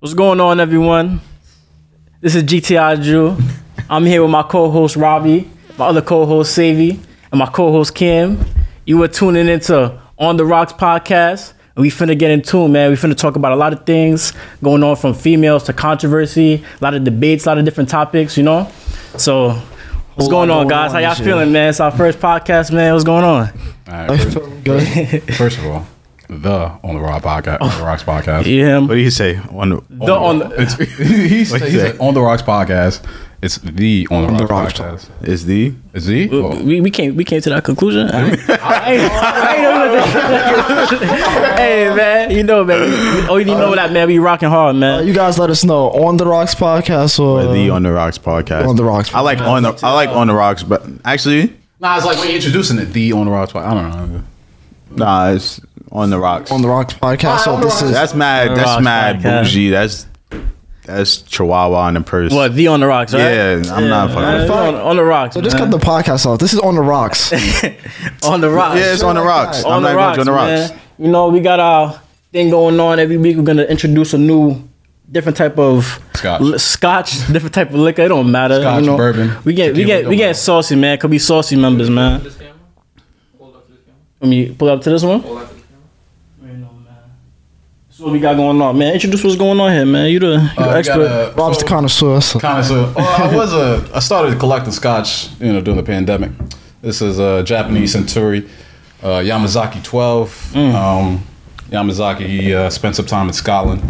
What's going on, everyone? This is GTI Drew. I'm here with my co-host Robbie, my other co-host Savy, and my co-host Kim. You are tuning into On the Rocks podcast, and we finna get in tune, man. We finna talk about a lot of things going on, from females to controversy, a lot of debates, a lot of different topics, you know. So, what's going on, going guys? on How y'all this year. feeling, man? It's our first podcast, man. What's going on? All right, first, first of all, the on the Raw podcast, on the Rocks podcast. You hear him? What do you say? On the, The on the- It's- he said, What'd he you said say? on the Rocks podcast. It's the on the on the Rocks, rocks podcast. is the Is he? Oh, we, we came we came to that conclusion. I, I ain't- I ain't know nothing. hey man, you know man. We, oh, you need to know that man. We rocking hard, Uh, man. you guys let us know on the rocks podcast or the on the rocks podcast. Uh, On the Rocks I like on the I like on the rocks, but actually, Nah, it's like we're introducing it. The on the Rocks podcast. I don't know. nah, it's on the rocks. on the rocks podcast. So this is that's mad. That's Uh, Rocks mad podcast. bougie. That's that's Chihuahua in the purse. What the on the rocks? Right? Yeah, I'm not fucking man, with we on, on the rocks. so just man. cut the podcast off. This is on the rocks. on the rocks. Yeah, it's on the rocks. on I'm the not rocks, going to on the man. rocks. You know we got our thing going on every week. We're gonna introduce a new. Different type of Scotch. li- scotch, different type of liquor. It don't matter. Scotch, you know, bourbon, We get, we tequila, get, don't we matter. get saucy, man. Could be saucy members, man. this camera? Hold up to this camera. Let me pull up to this one. Hold up to this camera. That's what we got going on, man. Introduce what's going on here, man. You the, you the Uh, we got expert. a- Rob's the so- connoisseur. So. connoisseur. Oh, I was a. I started collecting scotch, you know, during the pandemic. This is a Japanese Centauri, uh, Yamazaki 12. Mm. Um, Yamazaki he, uh, spent some time in Scotland,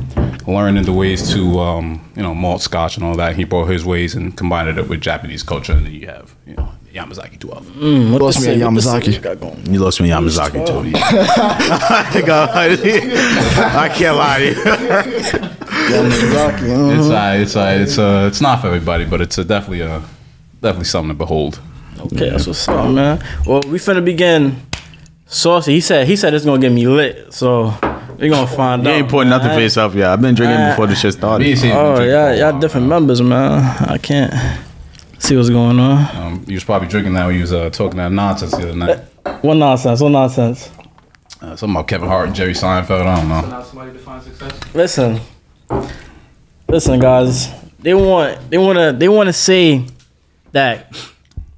learning the ways to, um, you know, malt scotch and all that. He brought his ways and combined it with Japanese culture, and then you have, you know, Yamazaki 12. Mm, what Lost this me at say- what this say Yamazaki. we got going? You lost me Yamazaki too. I can't lie to you. It's uh, it's uh, it's uh, it's not for everybody, but it's uh, definitely uh, definitely something to behold. Okay, that's what's up, man. Well, we finna begin. Saucy, he said he said it's gonna get me lit, so we gonna find You out. ain't putting man. nothing for yourself, yeah. I've been drinking before this shit Me and started. Steve been Oh drinking yeah, for a y'all while. different members, man. I can't see what's going on. Um, you was probably drinking that when you was uh, talking that nonsense the other night. What nonsense? What nonsense? Uh, something about Kevin Hart and Jerry Seinfeld. I don't So know. now somebody defines success. Listen, listen, guys. They want they want to they want to say that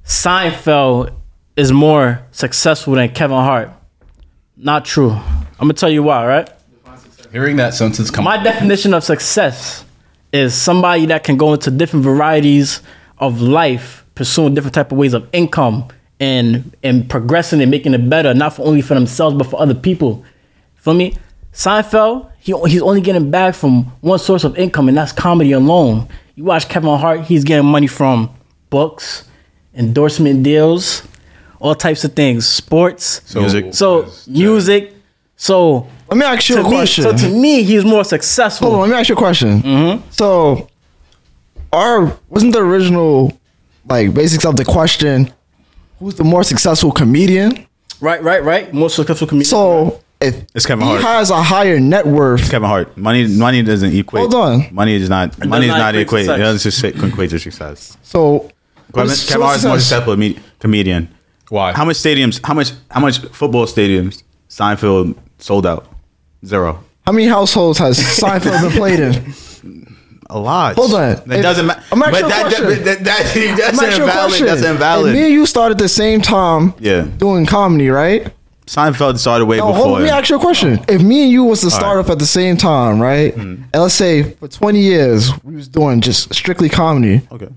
Seinfeld is more successful than Kevin Hart. Not true. I'm gonna tell you why. Right. Hearing that sentence come My definition of success is somebody that can go into different varieties of life, pursuing different type of ways of income and and progressing and making it better, not for only for themselves but for other people. Feel me? Seinfeld, he he's only getting back from one source of income, and that's comedy alone. You watch Kevin Hart, he's getting money from books, endorsement deals, all types of things, sports, so, Music. music. So Let me ask you to a me- question. so to me, Mm-hmm. he's more Hold on, successful. let me ask you a question. So, our wasn't the original like basics of the question? Who's the more successful comedian? Right, right, right. More successful comedian. So if It's Kevin he Hart. has a higher net worth, Kevin Hart, money money doesn't equate. Hold on. money is not money is not not equate equate. It success. doesn't just equate to success. so Kevin, so Kevin Hart is more success- successful me- comedian. Why? How much stadiums? How much? How much football stadiums? Seinfeld sold out. Zero. How many households has Seinfeld been played in? A lot. Hold on. That If- doesn't matter. I'm asking But a that, question. that, that, that- that's I'm asking you a invalid. question. That's And me invalid. and you started at the same time. Yeah. Doing comedy, right? Seinfeld started way Now, before. hold on, let me ask you a question. If me and you was to start off at the same time, right? Hmm. And let's say for 20 years we was doing just strictly comedy. okay.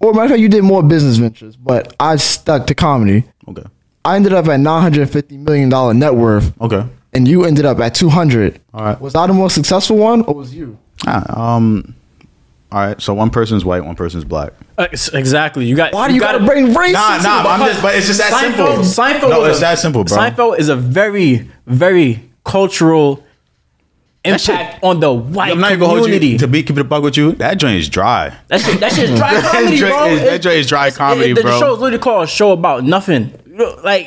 Or matter of fact, you did more business ventures, but I stuck to comedy. Okay. I ended up at 950 million dollar net worth, Okay. and you ended up at 200. All right. Was I the more successful one, or was you? Ah, um. All right. So one person's white, one person's black. Uh, ex- exactly. You got. Why do you, gotta, bring race? Nah, into nah. it? I'm just. But it's just that simple. Seinfeld, Seinfeld No, was it's a- that simple, bro. Seinfeld is a very, very cultural impact on the white I'm not even gonna hold community. you to be keeping the buck with you. That joint is dry. that shit, that shit is dry comedy, joint bro. is- that joint is dry comedy, the, bro. The show is literally called a show about nothing. You know, Like,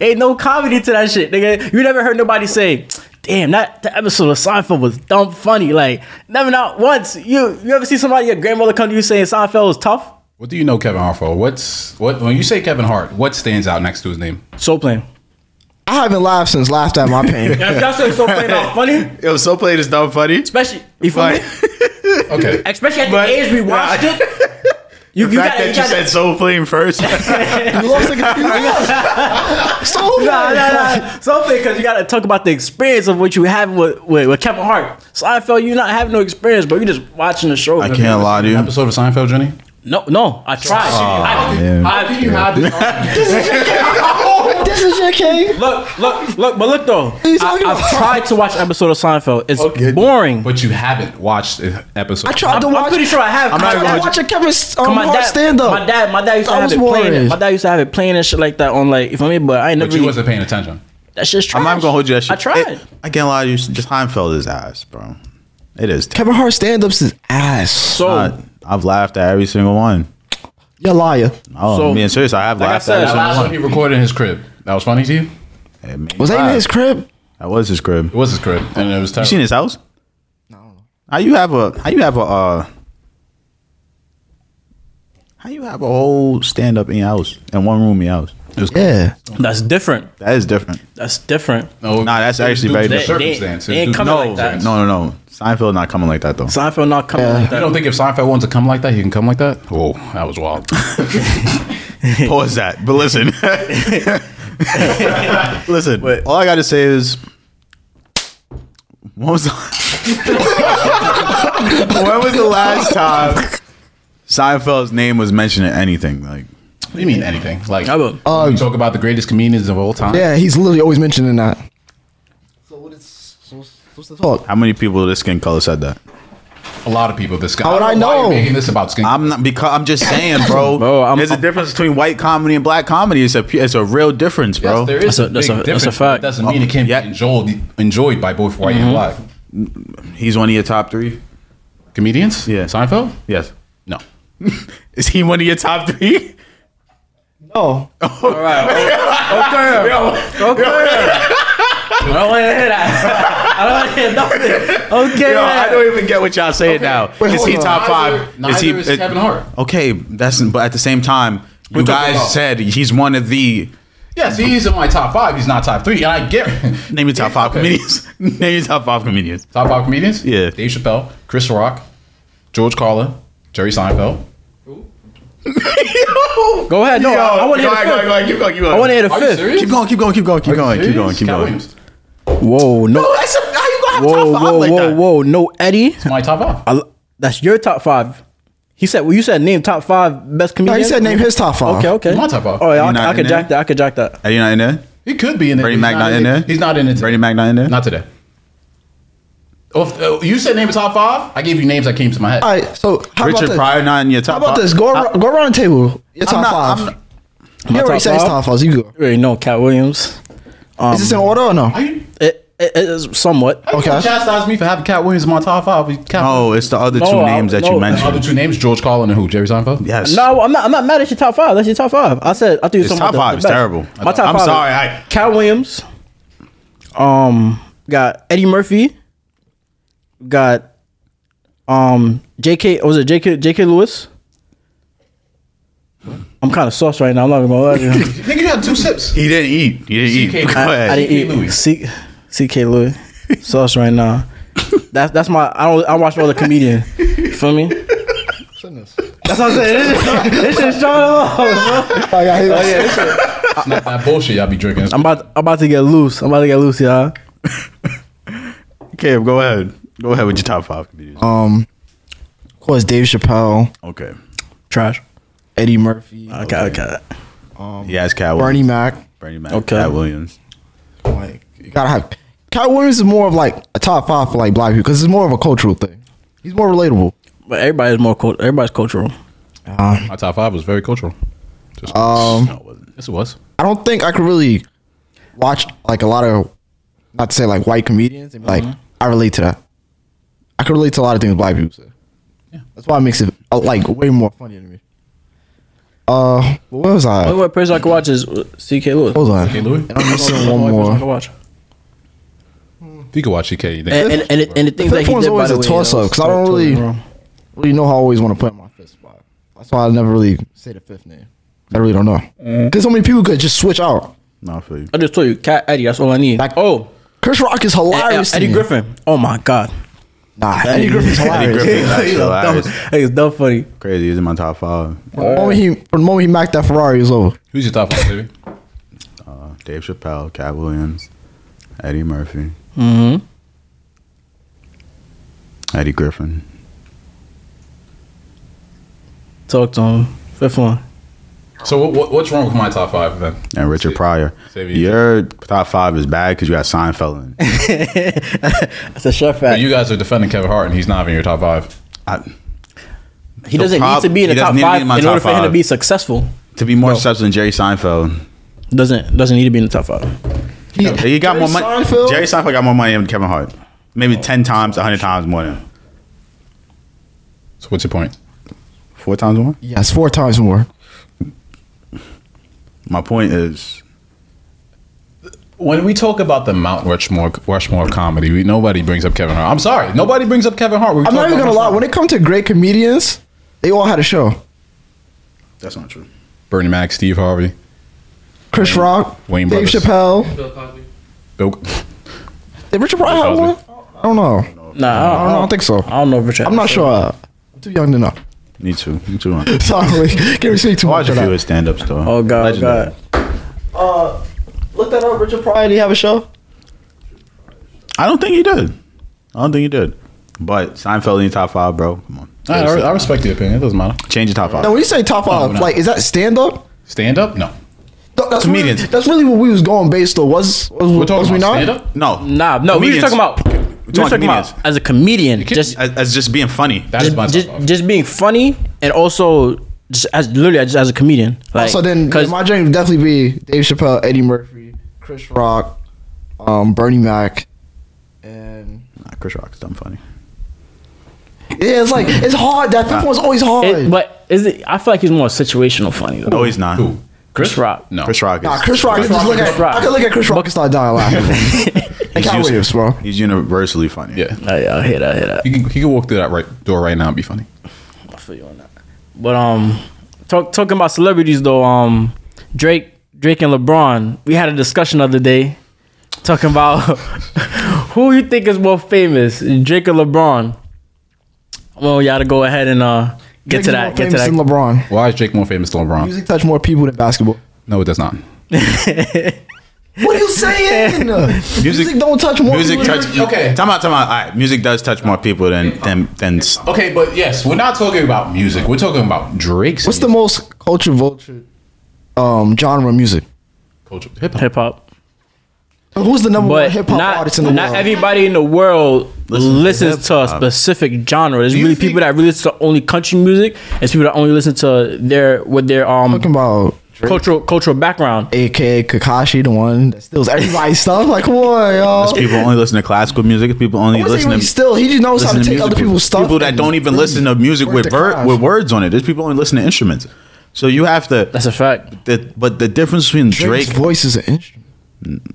ain't no comedy to that shit, nigga. You never heard nobody say. Damn, that, that episode of Seinfeld was dumb funny. Like, never not once. You you ever see somebody your grandmother come to you saying Seinfeld was tough? What do you know Kevin Hart for? What's what when you say Kevin Hart? What stands out next to his name? Soul Plane. I haven't laughed since laughed at my pain. If y'all say so plain out funny, Yo, so played is dumb funny. especially you feel me? Okay. Especially at But- the age we watched Nah. it. You, you The gotta, fact that you gotta, you said Soul Plane first. you lost the confusion. so nah, nah, nah. Something because you got to talk about the experience of what you have with, with, with Kevin Hart. Seinfeld, you not having no experience, but you just watching the show. I can't lie to you. Episode of Seinfeld, Jenny. No, no, I tried. I, man. I- This is your king. look, look, look, but look though. you talking I, have about? tried to watch an episode of Seinfeld. It's boring. But you haven't watched an episode. I tried to I'm, I'm watch. pretty sure I have. I not tried to watch a Kevin um, my Hart dad, stand up. my dad, my dad used to I have was it playing. worried. My dad used to have it playing and shit like that on like, you feel me? But I ain't never. But you Really, wasn't paying attention. that shit's trash. I'm not even gonna hold you that shit. I tried. It, I can't lie to you. Just Heimfeld is ass, bro. It is. Kevin Hart stand ups is ass. so, I, I've laughed at every single one. You're a liar. Oh, So, so, man, serious. I have like I laughed said, at The every last one he recorded in his crib. That was funny to you? single one. It made Was me that laugh. even his crib? That was his crib. It was his crib, and it was You seen terrible. his house? No. How you have a? How you have a? Uh, how you have a whole stand up in your house and one room in your house? Yeah. that's different. That is different. That's different. No, Nah, that's it was actually due very to the different. circumstances. They- they ain't Due to- coming no, like that. No, no, no. Seinfeld not coming like that though. Seinfeld not coming Yeah. like You that. don't think if Seinfeld wanted to come like that, he can come like that? Oh, that was wild. Pause that. But listen, listen. Wait. All I got to say is, when was the, when was the last time Seinfeld's name was mentioned in anything? Like, what do you mean anything? Like, I will. you talk about the greatest comedians of all time. Yeah, he's literally always mentioning that. So what is what's the talk? how many people of this skin color said that? A lot of people. This guy. How would I don't why know? you're making this about skin. I'm not because I'm just saying, bro. Bro, I'm- there's a difference between white comedy and black comedy. It's a pu- it's a real difference, Yes, bro. there is That's a- that's a- big that's a difference, but fact. It doesn't mean it can't Yeah. be enjoyed, enjoyed by both white Mm-hmm. and black He's one of your top three. comedians. Yeah. Seinfeld. Yes. No. Is he one of your top three? No. All right. Okay. okay. I don't want to hear that. I don't want to hear nothing. Okay. Yo, I don't even get what y'all saying now. Wait, is he hold on. top Neither- five? is he neither is Kevin Hart. Okay, that's but at the same time, you talking about- guys said he's one of the Yes, he's in my top five. He's not top three, and I get name your top five Okay. comedians. name your top five comedians. top five comedians. Yeah. Dave Chappelle, Chris Rock, George Carlin, Jerry Seinfeld. Go ahead. No, Yo, I, I want to go hear the ahead, go ahead, go fifth. ahead, keep going, keep I going. want to hear the Are you fifth. serious? Keep going, keep going, keep going, keep going, keep going, keep Cat going. Williams. Whoa. No. Oh, that's a, how you gonna have Whoa. top five Whoa. like Whoa. that? Whoa. No, Eddie. My top five. I, that's your top five. He said. Well, you said name top five best No, comedians. he said name his top five. Okay. Okay. My top five. All right. I, You not I could in jack there? that. I could jack that. Are you not in there? He could be in it. Brady He's Mac not in it. there? He's not in it. Brady today. Mac not in there? Not today. Oh, if- oh, you said name of top five. I gave you names that came to my head. All right. So how about Richard this? Pryor not in your top How about five? this? Go ar- go around the table. Your I'm top 5 not- I'm not- you My already top said his five? top five. So you go. You already know Cat Williams. Um, Is this in order or no? Are you? it, it, it is somewhat. Okay. Okay. You chastise me for having Cat Williams in my top five. Cat Oh, it's the other two No, I- names that no, you the The mentioned. other two names: George Carlin and who? Jerry Seinfeld. yes. No, I'm not. I'm not mad at your top five. That's your top five. I said I thought you were His talking top about the- five the is best. terrible. My top I'm five. sorry, I- Cal Williams. Um, got Eddie Murphy. Got um J.K. Was it J.K. J.K. Lewis? I'm kind of sauce right now. I'm not gonna lie. to you. Nigga, you had two sips. He didn't eat. He didn't CK. eat. Go I- I ahead. I didn't C.K. eat Lewis. C- C.K. Lewis sauce right now. That's that's my. I don't. I watch all the comedian. You feel me? That's what I'm saying. This is, this is strong. Oh, Oh, It's not that bullshit y'all be drinking. I'm about I'm about to get loose. I'm about to get loose, y'all. Cam, go ahead. Go ahead with your top five comedians. Um, of course, Dave Chappelle, okay. Trash. Eddie Murphy, Okay, okay. He has Cat Bernie Williams. Mac. Bernie Mac. um, Okay. Cat Williams. Like you gotta have. Cat Williams is more of like a top five for like black people because it's more of a cultural thing. He's more relatable. But everybody's more cult- everybody's cultural. My top five was very cultural. Just, Um, No, it wasn't. yes, it was. I don't think I could really watch like a lot of, not to say like white comedians and be like, I relate to that. I could relate to a lot of things black people say. That's why it makes it uh, like way more funnier to me. Uh, what was I? Only one person I can watch is CK Lewis. Hold on. Okay, Louis. And I'm missing Only one person I more. can watch. If you could watch CK, you And, and, and, and the things that The fifth he one's did by always the a way, toss-up, that was 'cause I don't totally really- wrong. Well, you know how I always want to put in my fifth spot. That's why I never really say the fifth name. I really don't know. Because so many people could just switch out. No, I feel you. I just told you, Cat Eddie. That's all I need. Like- oh, Chris Rock is and- and hilarious. to Eddie me. Griffin. Oh my god, Nah, Eddie Griffin's Eddie hilarious. Griffin. He was dumb. hilarious. Hey, it's dumb funny. Crazy. He's in my top five. From the moment he, from the moment he macked that Ferrari, it was over. Who's your top five, baby? Uh, Dave Chappelle, Cat Williams, Eddie Murphy, Mm-hmm. Eddie Griffin. Talk to him. Fifth one. So what, what, what's wrong with my top five then? And Richard Pryor. Save you. Your top five is bad because you got Seinfeld in. it. That's a sure But fact. you guys are defending Kevin Hart, and he's not even your top five. I, he doesn't prob- need to be in the he doesn't top need to be five in in, my order top for him to five. be successful. to be more successful than Jerry Seinfeld. Doesn't doesn't need to be in the top five. He got Jerry more money. Seinfeld? Jerry Seinfeld got more money than Kevin Hart. Maybe ten times, hundred times more than him. So what's your point? four times more. Yes, four times more. My point is, When we talk about the Mount Rushmore, Rushmore comedy, we, nobody brings up Kevin Hart. I'm sorry, nobody brings up Kevin Hart. We I'm talk not even about gonna lie. Rushmore. When it comes to great comedians, they all had a show. that's not true. Bernie Mac, Steve Harvey, Chris Rock, Wayne Dave Brothers. Chappelle, Bill Cosby. Bill. did Richard Pryor have Cosby. one? I don't know. I don't know. Nah, I don't, I don't think so. I don't know if Richard. I'm not sure. I'm too young to know. Me too. Me too. man. Sorry, can't speak too much Watch a of few of that. his stand-ups though. Oh god, Legendary. god. Uh, look that up. Richard Pryor, did he have a show? I don't think he did. I don't think he did. But Seinfeld in your top five, bro. Come on. I, I- I respect your opinion. It doesn't matter. Change your top five. Now, when you say top five, no. like, is that stand up? Stand up? No. That's Comedians. Really, that's really what we was going based on. Was was, We're was talking we about not? stand up. no, Nah, no, we were Comedians. talking about we were talking talking about comedians. as a comedian, can- just as, as just being funny. That is my top just, five. just being funny and also just as literally just as a comedian. Like, Oh, so then, cause my dream would definitely be Dave Chappelle, Eddie Murphy, Chris Rock, um, Bernie Mac, and Nah, Chris Rock's dumb funny. yeah, it's like it's hard. That fifth one's always hard. it, but is it? I feel like he's more situational funny. Though. No, he's not. Who? Chris Rock. No. Chris Rock. Is, nah, Chris Rock. Chris just Rock, look Chris at, Rock. I can look at Chris Rock and start dying laughing. and Cat used- Williams, bro. He's universally funny. Yeah. Oh, yeah, I hear that. I hear that. He can, he can walk through that right door right now and be funny. I feel you on that. But um, talk, talking about celebrities though, um, Drake, Drake and LeBron. We had a discussion the other day talking about who you think is more famous, Drake or LeBron. Well, y'all to go ahead and uh get to that. Get to Famous than that. LeBron. Why is Jake more famous than LeBron? Music touch more people than basketball. No, it does not. What are you saying? music, don't touch more. Music people touch. than- Okay. Time out. Time out. All right. Music does touch more people than than than. s- Okay, but yes, we're not talking about music. We're talking about Drake's What's the most culture vulture um, genre of music? culture? Hip hop. Hip hop, Who's the number one but hip hop not, artist in the not world? everybody in the world listens to a specific genre. There's really think- people that really listen to only country music, and people that only listen to their with their um talking about cultural cultural background. aka Kakashi, the one that steals everybody's stuff. Like, come on, y'all. People only listen to classical music. People only Oh. I wouldn't say listen he to. still. He just knows how listen to to take music other people. people's stuff. People that and don't even really listen to music work with the ver- craft. with words on it. There's people only listen to instruments. So you have to. That's a fact. the, but the difference between Drake, Drake's voice is an instrument.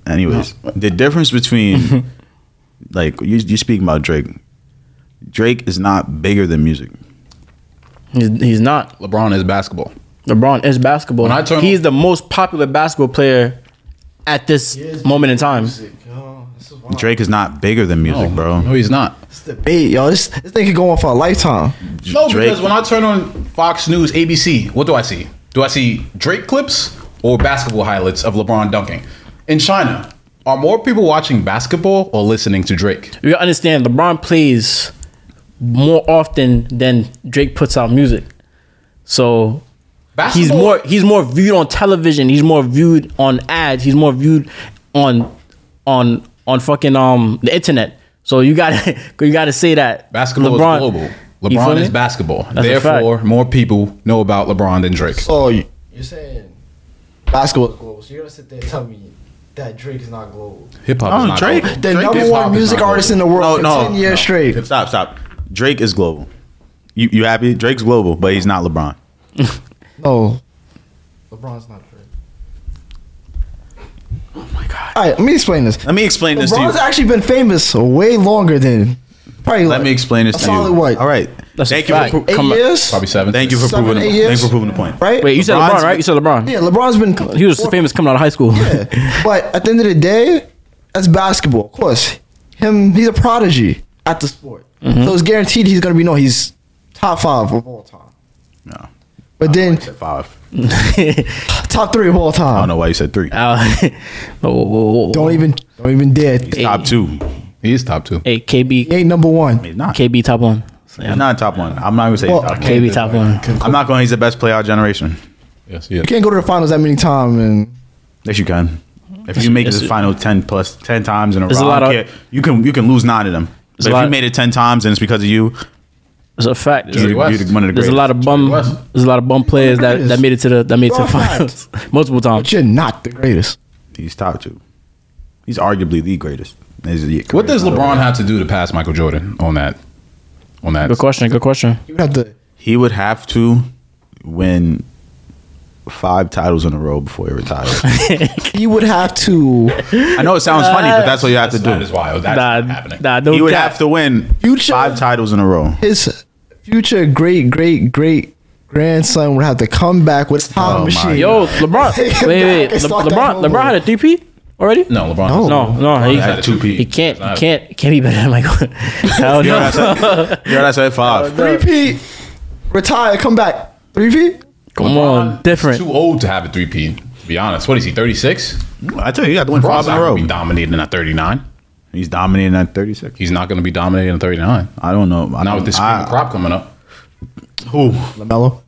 anyways, the difference between like you you speaking about Drake. Drake is not bigger than music. He's, he's not. LeBron is basketball. LeBron is basketball. When I turn- he's the most popular basketball player at this moment in time. Drake is not bigger than music, bro. No, he's not. It's debate, yo. This this thing could go on for a lifetime. No, Drake- because when I turn on Fox News, ABC, what do I see? Do I see Drake clips or basketball highlights of LeBron dunking? In China, are more people watching basketball or listening to Drake? You gotta understand, LeBron plays more often than Drake puts out music. So he's Basketball- more he's more viewed on television. He's more viewed on ads. He's more viewed on on on fucking um the internet. So you gotta you gotta say that Basketball is global. you feel LeBron me? is basketball. a Therefore, more people know about LeBron than Drake. So Oh, you- you're saying basketball is global? So you're gonna sit there and tell me that Drake is not global? Hip hop Oh, is not Drake- global. The Drake number is one pop is music not artist in the No, world no, for ten years no. straight. Stop, stop. Drake is global. You you happy? Drake's global, but he's not LeBron. No, LeBron's not Drake. Oh my god! All right, let me explain this. Let me explain this to you. LeBron's actually been famous way longer than probably Let like me explain this a to solid you. what? All right. That's thank a you for fact. pro- eight Come on. years. Probably seven. Thank you for Seven, proving. eight The, thank years? you for proving the point. Right? Wait, you said LeBron's- LeBron, right? You said LeBron. Yeah, LeBron's been He was famous coming out of high school. Yeah. but at the end of the day, that's basketball. Of course, him he's a prodigy at the sport, Mm-hmm. so it's guaranteed he's gonna be no. He's top five of all time, No. but then I said five. top three of all I don't time. know why you said three. Uh, oh, whoa, whoa, whoa, whoa. Don't even don't even dare. He Top two. He's top two. Hey, KB, ain't number one. He's not. KB top one. Yeah, He's not top one. I'm not gonna say Well, he's top one. KB top one. I'm not going. He's the best player of our generation. Yes, yes. You can't go to the finals that many times, and Yes, you can. If you make it It's- to the final ten plus ten times in a row, There's a I lot don't of- care. you can you can lose nine of them. But a if lot- you made it ten times and it's because of you, It's a fact. you're, West. you're one of the There's greatest. a lot of bum. West. There's a lot of bum players that, that made it to the that made it to the You're a fact. finals multiple times. you're not the greatest. He's top two. He's arguably the greatest. He's the What does greatest. LeBron have to do to pass Michael Jordan on that? On that, Good question. Good question. You would have to. He would have to win five titles in a row before he retires. He would have to. I know it sounds funny, but that's what you have to that is do. wild. That's Nah, not happening. nah, no He would doubt. have to win Future- five titles in a row. His future great great great grandson would have to come back with a time Oh my machine. Yo, LeBron. wait, wait. It's Le- not that LeBron. humble. LeBron had a three P already. No, LeBron. No. No, no, LeBron he, had a two-peat. he can't, Nah. he can't, he can't be better than Michael. Hell You know no. what I said? You know what I said? Five. Three P, retire, come back. Three P. Come on, He's different. too old to have a three P. To be honest, what is he? Thirty six. I tell you, you got to win LeBron's five in not a row. going to be dominating at thirty nine. He's dominating at 36. He's not going to be dominating at thirty nine. I don't know. I Now don't, with this I- crop coming up, who? Lamelo.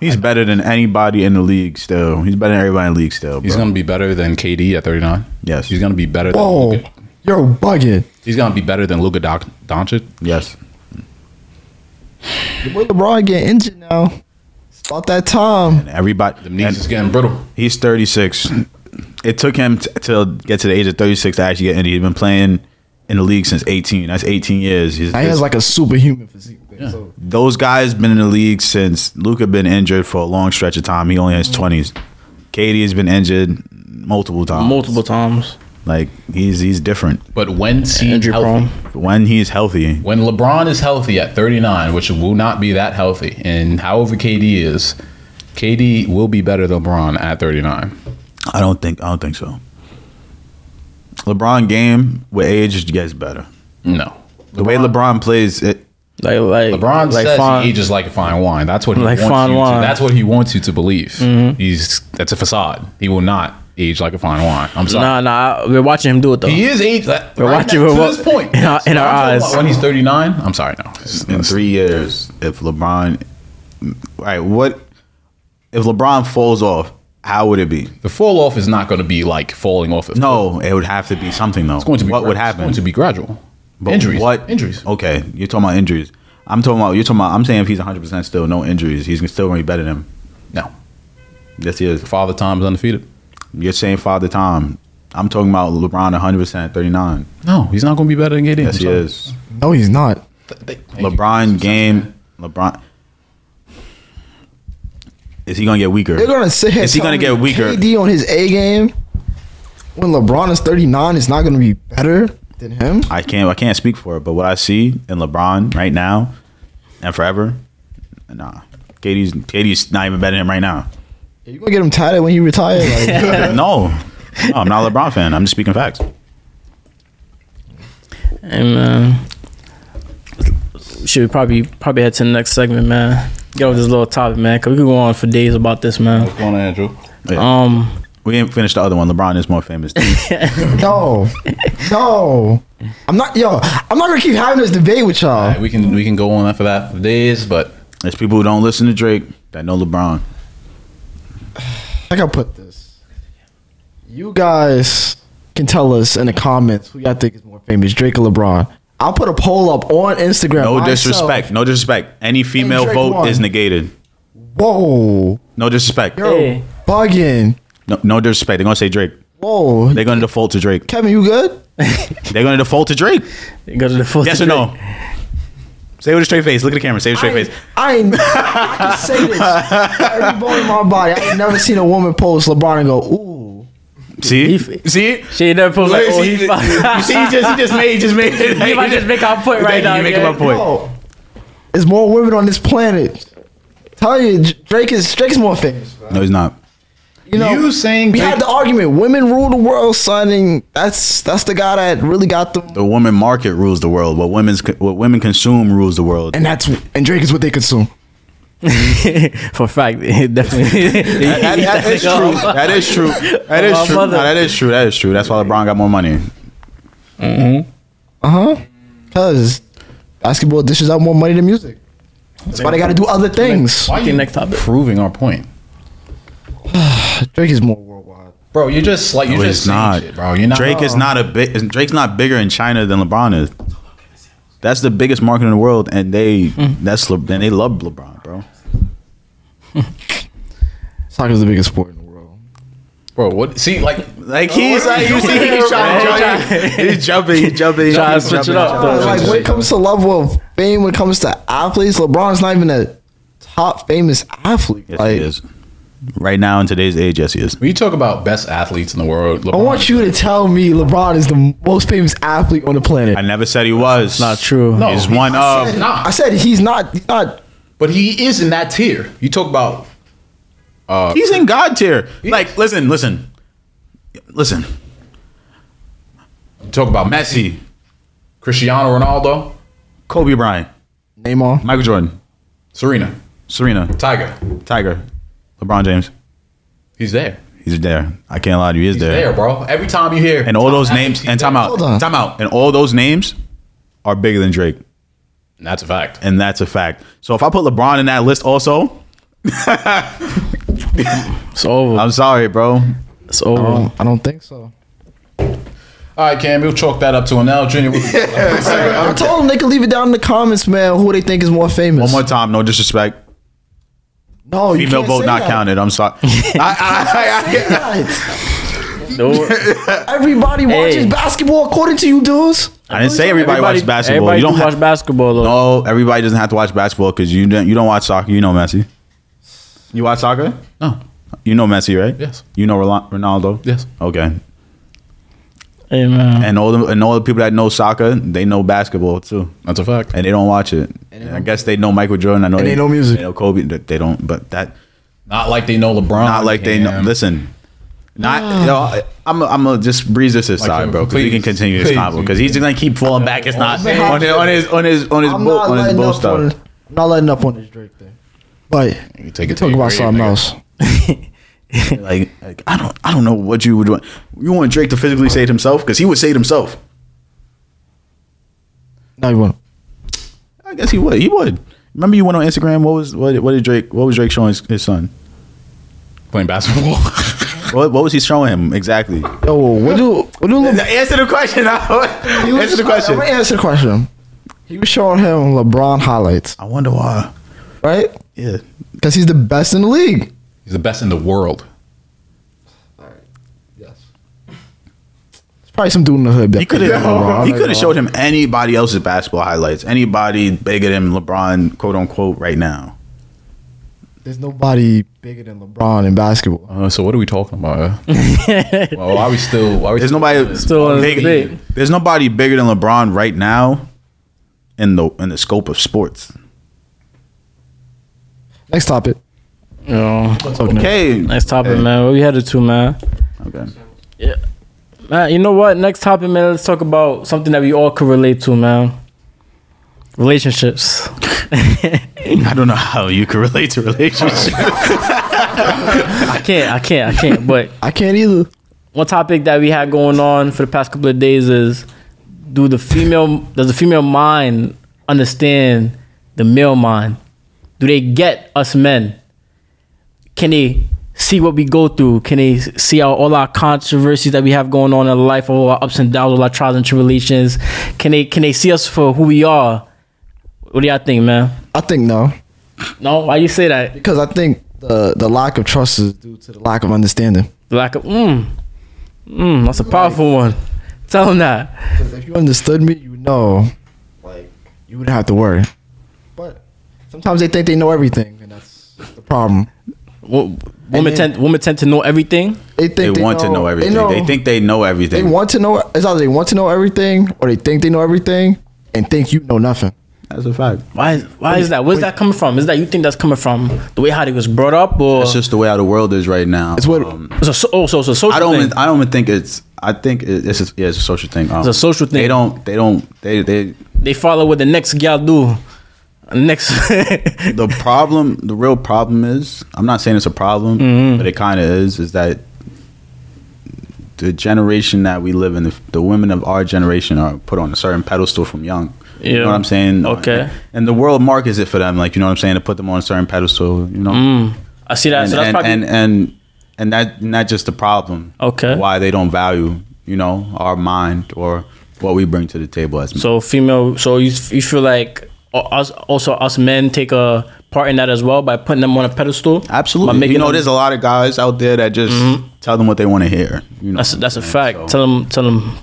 He's better than anybody in the league still. He's better than everybody in the league still. he's bro. going to be better than KD at thirty nine. Yes. he's going to be better. Than Whoa, Luka. you're bugging. He's going to be better than Luka Doc- Doncic. yes. With LeBron getting injured now, it's about that time. Everybody. The knees and is getting brittle. he's 36. It took him t- to get to the age of 36 to actually get injured. He's been playing in the league since 18. That's 18 years. He's, Now he has it's- like a superhuman physique. So those guys been in the league since Luca been injured for a long stretch of time. He only has 20s. Katie has been injured multiple times. Multiple times. Like he's he's different. But when he's Injury healthy, prone. When he's healthy, when LeBron is healthy at 39, which will not be that healthy, and however KD is, KD will be better than LeBron at 39. I don't think I don't think so. LeBron game with age gets better. No. The way LeBron plays, it Like, like LeBron like says fine- he ages like a fine wine. That's what he Like wants fine you wine. Mm-hmm. To, that's what he wants you to believe. He's that's a facade. He will not age like a fine wine. I'm sorry. Nah, nah. I- We're watching him do it though. He is age. That, We're right watching now, him to wa- this point in our- in our I'm eyes. talking about When he's 39, I'm sorry. No, It's- in it's- three years, if LeBron, all right, what if LeBron falls off? How would it be? the fall off is not going to be like falling off. Of No, it would have to be something though. it's going to be what gra- would It's happen? going to be gradual. But injuries. What injuries? Okay, you're talking about injuries. I'm talking about you're talking about. I'm saying if he's 100 percent still, no injuries, he's still going to be better than him. No. Yes, he is. Father Time is undefeated. You're saying father time. I'm talking about LeBron 100 percent 39. No, he's not going to be better than KD. Yes, I'm he sorry. is. no, he's not. LeBron game. LeBron. Is he gonna get weaker? They're gonna sit here. Is he gonna telling get me weaker? KD on his A game when LeBron is 39 is not gonna be better than him. I can't. I can't speak for it, but what I see in LeBron right now and forever, nah. Katie's Katie's not even better than him right now. You gonna get him tired when he retire? Like, no, no, I'm not a LeBron fan. I'm just speaking facts. And man, should we probably probably head to the next segment, man. Get off this little topic, man, cause we could go on for days about this, man. What's going on, Andrew? Um, We didn't finish the other one. LeBron is more famous. no, no. I'm not. Yo, I'm not gonna keep having this debate with y'all. we can we can go on after that for days, but There's people who don't listen to Drake that know LeBron. I gotta put this. You guys can tell us in the comments who y'all think is more famous, Drake or LeBron. I'll put a poll up on Instagram. No myself. disrespect. No disrespect. Any female Drake vote won. is negated. Whoa, No disrespect. you're Hey. bugging. No, no disrespect. They're gonna say Drake. Whoa, They're gonna default to Drake. Kevin, you good? They're gonna default to Drake. go to the full. Yes or no? Say it with a straight face. Look at the camera. Say it with a straight face. I, ain't- I can say this. Every bone in my body. I ain't never seen a woman post LeBron and go, ooh. See, He- see, She ain't never put like, Wait, oh, see, he you fucked. see, he just, he just made, he just made it. He might just make our point right Thank you, now. you making yeah. my point. Yo, there's more women on this planet. Tell you, J- Drake is Drake's more famous. Bro. No, he's not. You know, You saying we Drake- had the argument. Women rule the world, son, and that's that's the guy that really got them. The woman market rules the world. What women's, co- what women consume rules the world. And that's and Drake is what they consume. For a fact, it definitely. That- that- that is true. That is true. That My is true. No, mother. that is true. That is true. That's why LeBron got more money. Uh huh. Cause basketball dishes out more money than music. That's why they got to do other things. Why are Okay, you next topic. proving our point? Drake is more worldwide. Bro, you're just like you're No, just it's saying not. shit, bro. You're not Drake is not a big. Drake's not bigger in China than LeBron is. That's the biggest market in the world, and they that's Le, and they love LeBron, bro. Soccer's the biggest sport in the world. Bro, what see like Like he's like you see he's trying to jump. He's jumping, he's jumping, he's Trying to jumping, switch it up, jumping, though. jumping, like when it comes to level of fame, when it comes to athletes, LeBron's not even a top famous athlete. Yes, like, he is. Right now in today's age, yes, he is. when you talk about best athletes in the world, LeBron, I want you to tell me LeBron is the most famous athlete on the planet. I never said he was. Not true. No. He's one of. Nah, I said he's not. He's not. but he is in that tier. You talk about He's in God tier. He Like, listen, listen, listen. you talk about Messi, Messi, Cristiano Ronaldo, Kobe Bryant, Neymar. Michael Jordan, Serena, Serena, Tiger. Tiger, LeBron James. He's there. He's there. I can't lie to you. He's, He's there, bro. Every time you hear And all top those athletes, names he's and there. time out, Hold on. time out, and all those names are bigger than Drake, That's a fact. and that's a fact. So if I put LeBron in that list, also, It's over. I'm sorry, bro. it's over. Um, I don't think so. All right, Cam, we'll chalk that up to an L. Junior. I told them they could leave it down in the comments, man. Who they think is more famous? One more time, no disrespect. no, you Female can't vote say not that. counted. I'm sorry. I, I, I, I, No, Everybody watches basketball according to you dudes. I didn't say everybody, watches basketball. Everybody you don't do have, watch basketball though. No, everybody doesn't have to watch basketball because you don't you don't watch soccer. You know Messi. You watch soccer? no, You know Messi, right? Yes. You know Rola- Ronaldo. Yes. Okay. Hey man, And all the and all the people that know soccer, they know basketball too, that's a fact. and they don't watch it. And I guess they know Michael Jordan. I know And they know music. They know Kobe. th- They don't. But that Not like they know LeBron. not like they know. Cam. Listen. Ah. Not yo, I- I'm I'm gonna just breeze this aside, him, bro. Because we please, can continue this please. convo because he's just gonna keep falling back. It's not on his on his on his on his I'm bull not on his letting bull up on. stuff. I'm not letting up on this Drake thing. But You take it to talk your about grave, something nigga. else. like, like I don't I don't know what you would want. You want Drake to physically save himself because he would save himself. No, you won't. I guess he would. He would. Remember you went on Instagram. What was what? What did Drake? What was Drake showing his, his son? playing basketball. What, what was he showing him exactly? Yo, what do what do LeBron? Answer the question. answer the I'm question. gonna answer the question. He was showing him LeBron highlights, I wonder why. right? Yeah. Because he's the best in the league. He's the best in the world. It's probably some dude in the hood. that- He could LeBron, have. He like, could have oh. showed him anybody else's basketball highlights. Anybody bigger than LeBron, quote unquote, right now. There's nobody bigger than LeBron in basketball. Uh, so what are we talking about? huh? well, why are we still? Why are we There's nobody Still on his big- big. There's nobody bigger than LeBron right now, in the in the scope of sports. Next topic. Yo, Okay. next topic, man. Where we headed to, man? Okay. Man, you know what? Next topic, man. Let's talk about something that we all could relate to, man. Relationships. I don't know how you can relate to relationships. I can't. I can't. I can't. But I can't either. one topic that we had going on for the past couple of days is do the female does the female mind understand the male mind? Do they get us men? Can they see what we go through? Can they see our, all our controversies that we have going on in life, all our ups and downs, all our trials and tribulations? Can they can they see us for who we are? What do y'all think, man? I think no, No, why you say that? because I think the the lack of trust is due to the lack of understanding. Like, mm, mm, that's a powerful one. Tell them that. Because if you understood me, you know, like you wouldn't have to worry. But sometimes they think they know everything, and that's the problem. Wo- Women then- tend women tend to know everything. They think They, want to know everything. They, think they know they everything. want to know. It's either they want to know everything, or they think they know everything and think you know nothing. That's a fact. Why? is- Why is that? Where's that coming from? Is that you think that's coming from the way how they was brought up, or That's just the way how the world is right now. It's what Um, it's a so, oh, so it's a social I don't. thing. Even, I don't even think it's. I think it, it's. A, yeah, it's a social thing. Um, It's a social thing. They don't. They don't. They. They. they follow what the next gal do. Next, The problem. The real problem is. I'm not saying it's a problem, Mm-hmm. but it kind of is. Is that the generation that we live in, the, the women of our generation are put on a certain pedestal from young. You Yeah. know what I'm saying? Uh, Okay. And the world markets it for them, like you know what I'm saying, to put them on a certain pedestal. You know. I see that. and, Mm. so that's and, probably and and and that not just the problem. Okay. Why they don't value, you know, our mind or what we bring to the table as men. so female. So you you feel like uh, us also us men take a part in that as well by putting them on a pedestal. By Absolutely. making You know, them- there's a lot of guys out there that just tell them what they want to hear. You know, That's that's a So, fact. Tell them tell them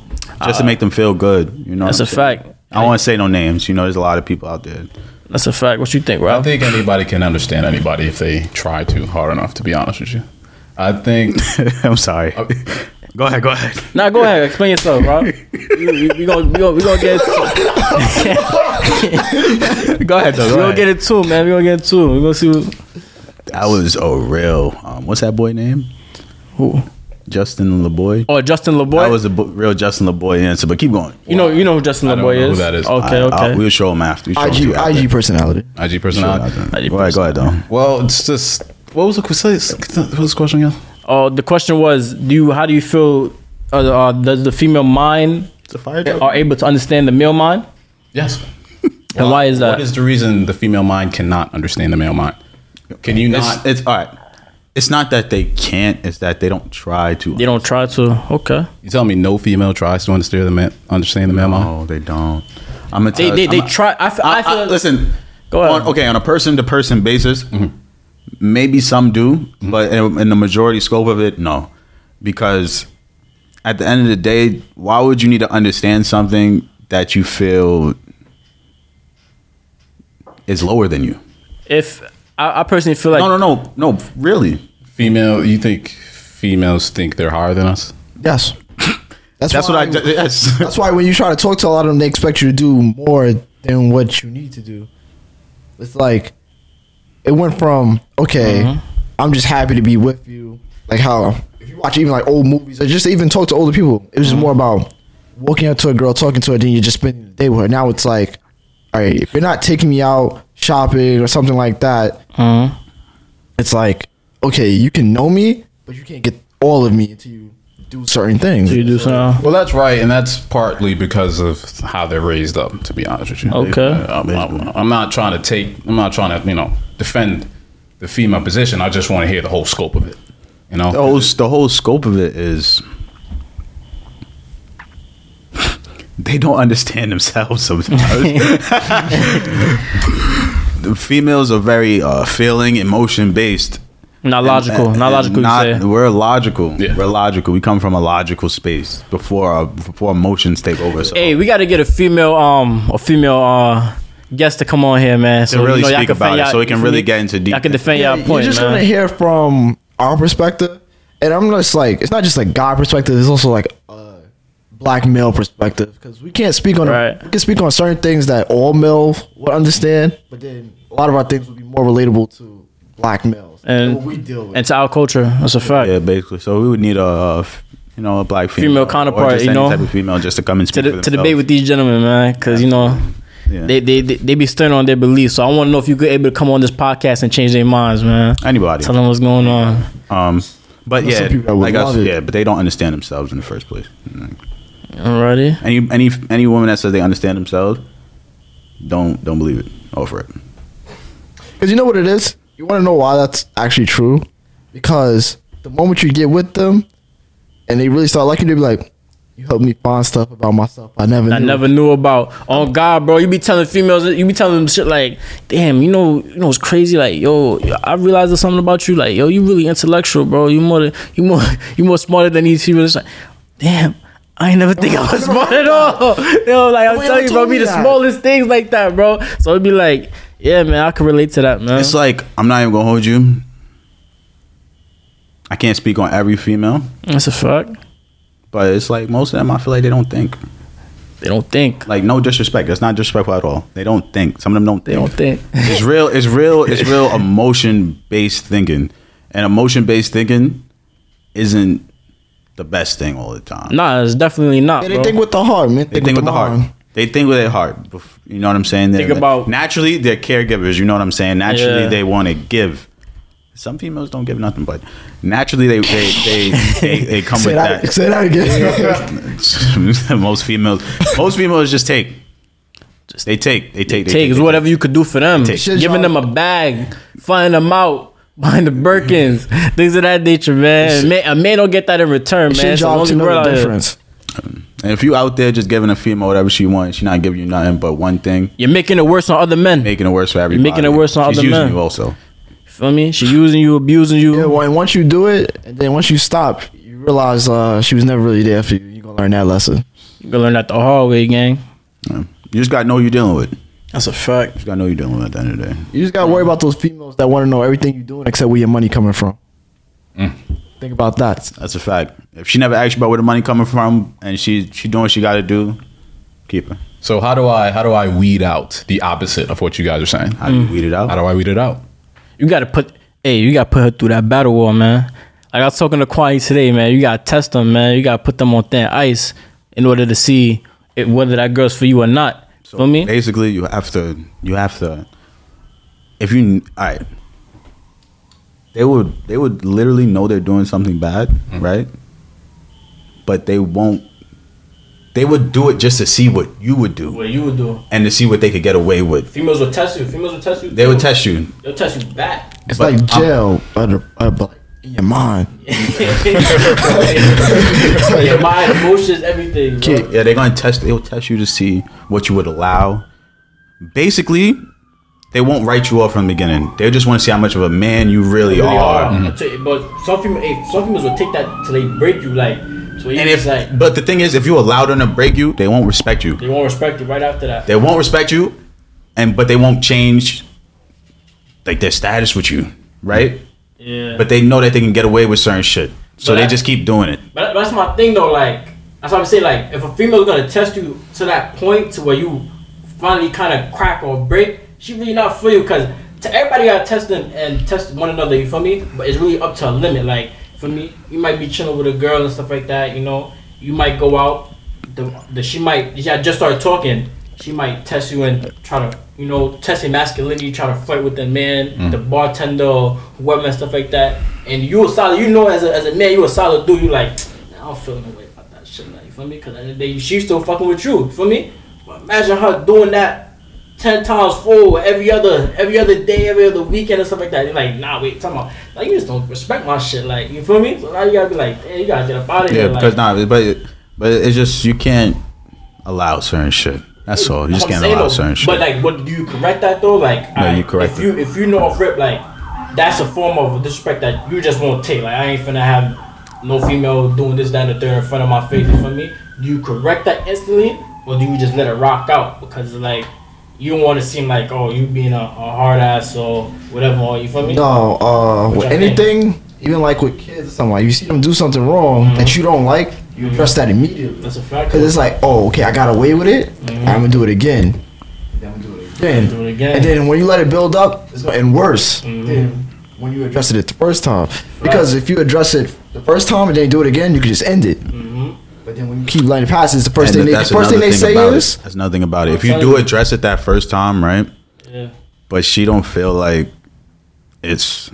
just to make them feel good. You know, That's what a I'm saying? fact. I don't want to say no names. You know, there's a lot of people out there. that's a fact. What you think, I Rob? think anybody can understand anybody if they try to hard enough. To be honest with you, I think I'm sorry. go ahead. Go ahead. Nah, go ahead. Explain yourself, Rob. we, we, we gonna we gonna, we gonna get go ahead. we Though, go gonna ahead. get it too, man. We gonna get it too. We gonna see what, That was a real. Um, what's that boy name? who. Justin LeBoy. Oh, Justin That LeBoy. was a bo- real Justin Leboy answer, but keep going. you know you know who Justin I don't LeBoy know is. who that is. Okay, I- okay. I'll- we'll show him after. We'll show him to IG you after. IG personality. IG Sure, I personality. don't. Go ahead, go ahead, though. Well, it's just what was the what was the question again? Oh, the question was, do you how do you feel? Uh, uh, does the female mind are able to understand the male mind? Uh, Yes. And why is that? What is the reason the female mind cannot understand the male mind? Can you It's, not? it's all right. It's not that they can't. It's that they don't try to. They don't try to. Okay. You tell me no female tries to understand the man, understand the male mind. No, they don't. I'm gonna They tell they, I'm they a- try. I, fe- I I- feel. I- listen. Go ahead. on- okay, on a person to person basis, Mm-hmm. maybe some do, but in, in the majority scope of it, no, because at the end of the day, why would you need to understand something that you feel is lower than you? If I, I personally feel like No, no, no, no. Really, Female, you think females think they're higher than us? Yes, that's, that's what I. Yes. That's why when you try to talk to a lot of them, they expect you to do more than what you need to do. It's like it went from okay, Mm-hmm. I'm just happy to be with you. Like how if you watch even like old movies or just even talk to older people, it was Mm-hmm. just more about walking up to a girl, talking to her, then you're just spending the day with her. Now it's like, all right, if you're not taking me out shopping or something like that, hmm, it's like okay, you can know me, but you can't get all of me until you do certain things. you do something. Well, that's right, and that's partly because of how they're raised up. To be honest with you, Uh, Okay. I'm, I'm- I'm not trying to take. I'm not trying to you know defend the female position. I just want to hear the whole scope of it. You know, the whole the whole scope of it is they don't understand themselves sometimes. the females are very uh, feeling, emotion based. Not logical. not logical. you say. We're logical. Yeah. We're logical. We come from a logical space before our, before emotions take over. So Hey, we got to get a female um a female uh guest to come on here, man. So to really you know, y'all speak can about defend it, y'all- so we you can feel really me? get into deep. Y'all can defend Yeah, y'all point, You're just man. gonna hear from our perspective, and I'm just like, it's not just like God perspective. It's also like a black male perspective because we can't speak on Right. we can speak on certain things that all males would understand, but then a lot of our things would be more relatable to black males And- what we deal with. and to our culture, that's a fact. yeah, basically. So we would need a, uh, f- you know, a black female, Female or counterpart, just you any know? type of female, just to come and to speak the, for to themselves. debate with these gentlemen, man, because you know Yeah. they, they they they be stern on their beliefs. So I want to know if you could able to come on this podcast and change their minds, man. anybody. Tell them what's going on. Um, but There's yeah, some people that would like I love s- it. yeah, but they don't understand themselves in the first place. Alrighty, Any any any woman that says they understand themselves, don't don't believe it. Over it. Because you know what it is? You want to know why that's actually true? Because the moment you get with them and they really start liking you, they be like, you helped me find stuff about myself I never I knew. never knew about. Oh God, bro, you be telling females, you be telling them shit like, damn, you know, you know, it's crazy. Like, yo, I realized there's something about you. Like, yo, you really intellectual, bro. You more, than- you more, you more smarter than these people. It's like, damn. I ain't never think I was smart at all. Yo, like I'm telling Nobody ever you, bro, told be me the that. smallest things like that, bro. So it'd be like, yeah, man, I can relate to that, man. It's like I'm not even gonna hold you. I can't speak on every female, That's a fuck. but it's like most of them. I feel like they don't think. They don't think. Like no disrespect. That's not disrespectful at all. They don't think. Some of them don't They think. don't think. it's real. It's real. It's real emotion based thinking, and emotion based thinking isn't the best thing all the time. nah, it's definitely not. Yeah, bro. they think with the heart, man. They think with the heart. They think with their heart. Bef- You know what I'm saying? They're Think about- naturally they're caregivers. You know what I'm saying? Naturally Yeah. they want to give. Some females don't give nothing, but naturally they they they, they, they come Say with that, that. say that again. most females, most females just take. they take. They take. They take is whatever you could do for them. Take. Shit, Giving y'all- them a bag, finding them out, buying the Birkins, things of that nature, man. A man, a man don't get that in return, man. Shit, It's the y'all only to know world the out here. difference. And if you out there just giving a female whatever she wants, she's not giving you nothing but one thing, You're making it worse on other men. making it worse for everybody. making it worse on She's other using men. you also. Feel me? She using you, abusing you. Yeah, well, and once you do it, and then once you stop, you realize uh, she was never really there for you. You gonna learn that lesson. You gonna learn that the hard way, gang. Yeah. You just gotta know who you're dealing with. You That's a fact. just gotta know who you're dealing with at the end of the day. You just gotta worry about those females that want to know everything you're doing except where your money coming from. Mm. Think about that. That's a fact. If she never asks you about where the money coming from and she she doing what she got to do, keep her. So how do I how do I weed out the opposite of what you guys are saying? How do you weed it out? How do I weed it out? You gotta put, hey, you gotta put her through that battle wall, man. Like I was talking to Kwani today, man. You gotta test them, man. You gotta put them on thin ice in order to see it, whether that girl's for you or not. So Feel me? Basically, you have to you have to if you all right. They would they would literally know they're doing something bad, right? But they won't. They would do it just to see what you would do you would do? and to see what they could get away with. Females will test you. Females will test you. They would test you. They'll test you back. It's But like I'm- jail, but, uh, but in your mind. Your mind, emotions, everything. bro. Yeah, they're gonna test. They'll test you to see what you would allow. Basically, they won't write you off from the beginning. They just want to see how much of a man you really, Really are. hard. I tell you, But some females, hey, some females will take that till they break you. Like, so you And just if, like but the thing is, if you allow them to break you, they won't respect you. they won't respect you right after that. They won't respect you, and but they won't change, like their status with you, right? Yeah. But they know that they can get away with certain shit, so But they I- just keep doing it. But that- that's my thing though. Like that's what I'm saying. Like if a female's gonna test you to that point to where you finally kind of crack or break, she really not for you. Cause to everybody got testing and test one another. You feel me? But it's really up to a limit. Like for me, you might be chilling with a girl and stuff like that. You know, you might go out. The, the she might yeah just start talking. She might test you and try to you know test your masculinity, try to flirt with the man, Mm. the bartender, or whoever and stuff like that. And you a solid, you know, as a, as a man, you a solid dude. You like, I don't feel no way about that shit. Like, you feel me? Because at the end of the day, she's still fucking with you. You feel me? But imagine her doing that ten times four every other every other day, every other weekend and stuff like that. You're like, nah, wait, time out. Like, you just don't respect my shit. Like, you feel me? So now you gotta be like, hey, you gotta get up out of Yeah, here. because like, nah, but but it's just you can't allow certain shit. That's all. You just I'm can't saying allow though, certain shit. But like, what do you correct that though? Like, No, I- you correct If you if you know off rip, like, that's a form of disrespect that you just won't take. Like, I ain't finna have no female doing this, that, and the third in front of my face. You feel me? Do you correct that instantly, or do you just let it rock out because like you don't want to seem like oh you being a, a hard ass or whatever? or You feel me? No, uh, What with y'all think? anything, even like with kids or something, like you see them do something wrong that you don't like, you address that immediately. That's a fact. Cause it's like, oh, okay, I got away with it. Mm-hmm. I'm gonna do it again. Then, Do it again. and then when you let it build up, it's gonna end worse. Then when you address it the first time, because if you address it the first time and then you do it again, you can just end it. But then when you keep letting it pass, it's the first And thing. They, that's first thing another they say about it. is, that's nothing about it. If I'm you telling do you. address it that first time, right? yeah. But she don't feel like it's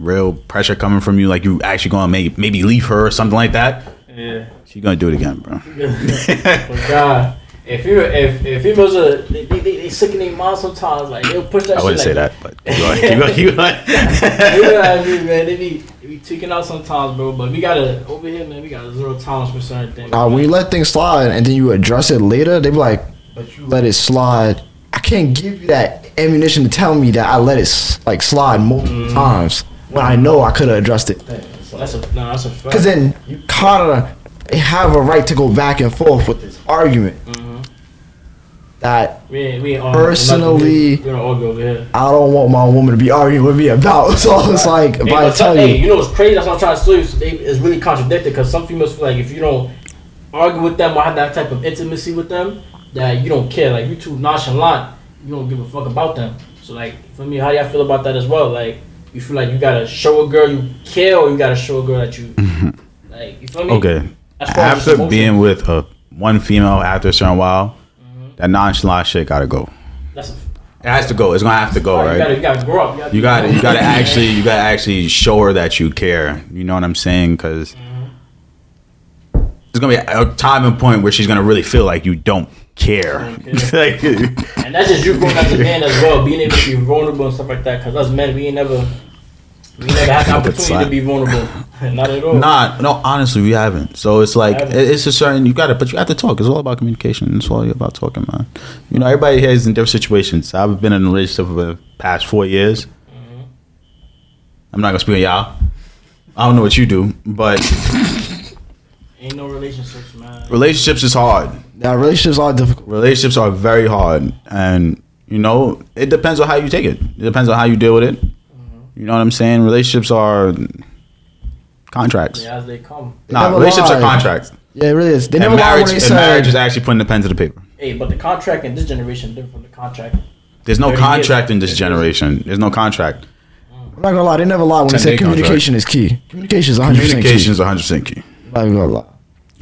real pressure coming from you. Like you actually gonna maybe maybe leave her or something like that. Yeah. She gonna do it again, bro. But God, if you if if females are they they, they, they sick in their mind sometimes, like they'll push that. I wouldn't shit say like, that, but keep going, keep going, keep going. you know what I mean, man. They be they be tweaking out sometimes, bro. But we gotta over here, man. We got zero tolerance for certain things. uh, when you let things slide and then you address it later, they be like, but you let it slide. I can't give you that ammunition to tell me that I let it s- like slide multiple times when I know I could have addressed it. that's a no, that's a fact. Because then you Mm-hmm. kind of have a right to go back and forth with this argument. that We ain't, we ain't all Personally- We're all go over here. I don't want my woman to be arguing with me about. So it's like, if Hey, I but some- tell hey, you, you know what's crazy? That's what I'm trying to tell you. They, it's really contradicted because some females feel like if you don't argue with them or have that type of intimacy with them, that you don't care. Like you too nonchalant. You don't give a fuck about them. So like for me, how y'all feel about that as well? Like you feel like you gotta show a girl you care, or you gotta show a girl that you like. You feel me? Okay. That's why I'm After emotional. being with a one female after a certain while, that nonchalant shit gotta go. That's a, It has to go. It's gonna have to go, You gotta, right? you gotta grow up. You gotta, You got to you got to actually you got to actually show her that you care. You know what I'm saying? Because there's gonna be a time and point where she's gonna really feel like you don't care. Like, And that's just you growing as a man as well, being able to be vulnerable and stuff like that. Because us men, we ain't never, we never had the opportunity to be vulnerable. Not at all. Nah, no, honestly, we haven't. So it's like Haven't. it- it's a certain you got to, but you have to talk. It's all about communication. It's all about talking, man. You know, everybody here is in different situations. I've been in a relationship for the past four years. I'm not gonna speak on y'all. I don't know what you do, but Ain't no relationships, man. relationships is hard. now relationships are difficult. Relationships are very hard, and you know it depends on how you take it. It depends on how you deal with it. Mm-hmm. You know what I'm saying? Relationships are contracts. Yeah, as they come. Nah, Never relationships are lie. contracts. Yeah, it really is. They never and lie when marriage, they and say, marriage is actually putting the pen to the paper. Hey, but the contract in this generation different from the contract. There's no 30 contract years. in this generation. There's no contract. I'm not gonna lie, they never lie when they say Ten-day contract. communication is key. Communication is 100% Communication is 100% key. key. I'm not even gonna lie.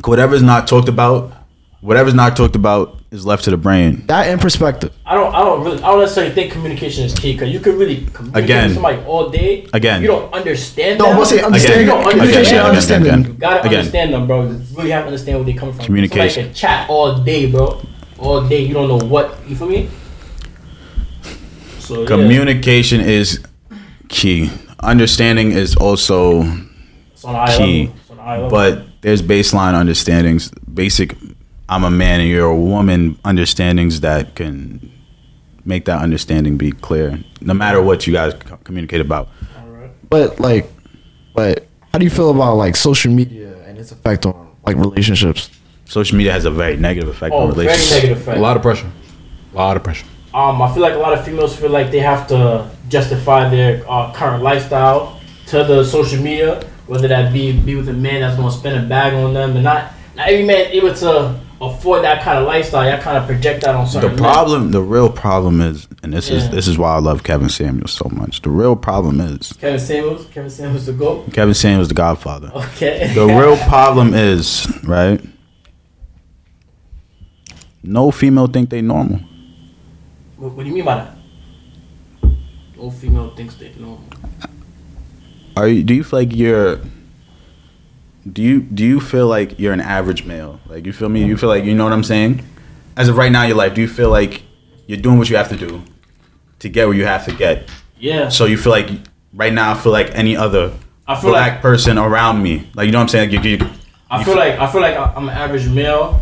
Whatever's not talked about, whatever's not talked about is left to the brain. That in perspective. I don't, I don't really, I don't necessarily think communication is key because you can really communicate Again. with somebody all day. Again. you don't understand. No, them. I'm gonna say understanding. You don't Again. Communication understand. and them. understanding. Again. You gotta Again. understand them, bro. You really have to understand where they come from. Communication. Somebody can chat all day, bro. All day. You don't know what. You feel me? So, yeah. Communication is key. Understanding is also, It's on a high key, level. It's on a high level. but there's baseline understandings, basic I'm a man and you're a woman understandings that can make that understanding be clear no matter what you guys c- communicate about. Alright. But like, but how do you feel about like social media and its effect on like relationships? Social media has a very negative effect oh, on very relationships. negative A effect. lot of pressure. A lot of pressure. um, I feel like a lot of females feel like they have to justify their uh, current lifestyle to the social media, whether that be be with a man that's gonna spend a bag on them, and not not every man able to afford that kind of lifestyle. Y'all kind of project that on certain The problem, the real problem is, and this is Yeah. this is why I love Kevin Samuels so much. The real problem is Men. Kevin Samuels, Kevin Samuels to go. Kevin Samuels, the Godfather. Okay. The real problem is right. No female think they normal. what, what do you mean by that? Old female thinks they normal. Are you? Do you feel like you're? Do you do you feel like you're an average male? Like you feel me? You feel like you know what I'm saying? As of right now in your life, do you feel like you're doing what you have to do to get where you have to get? Yeah. So you feel like right now, I feel like any other I feel black like- person around me. Like you know what I'm saying? Like, you, you, I feel You feel- like I feel like I- I'm an average male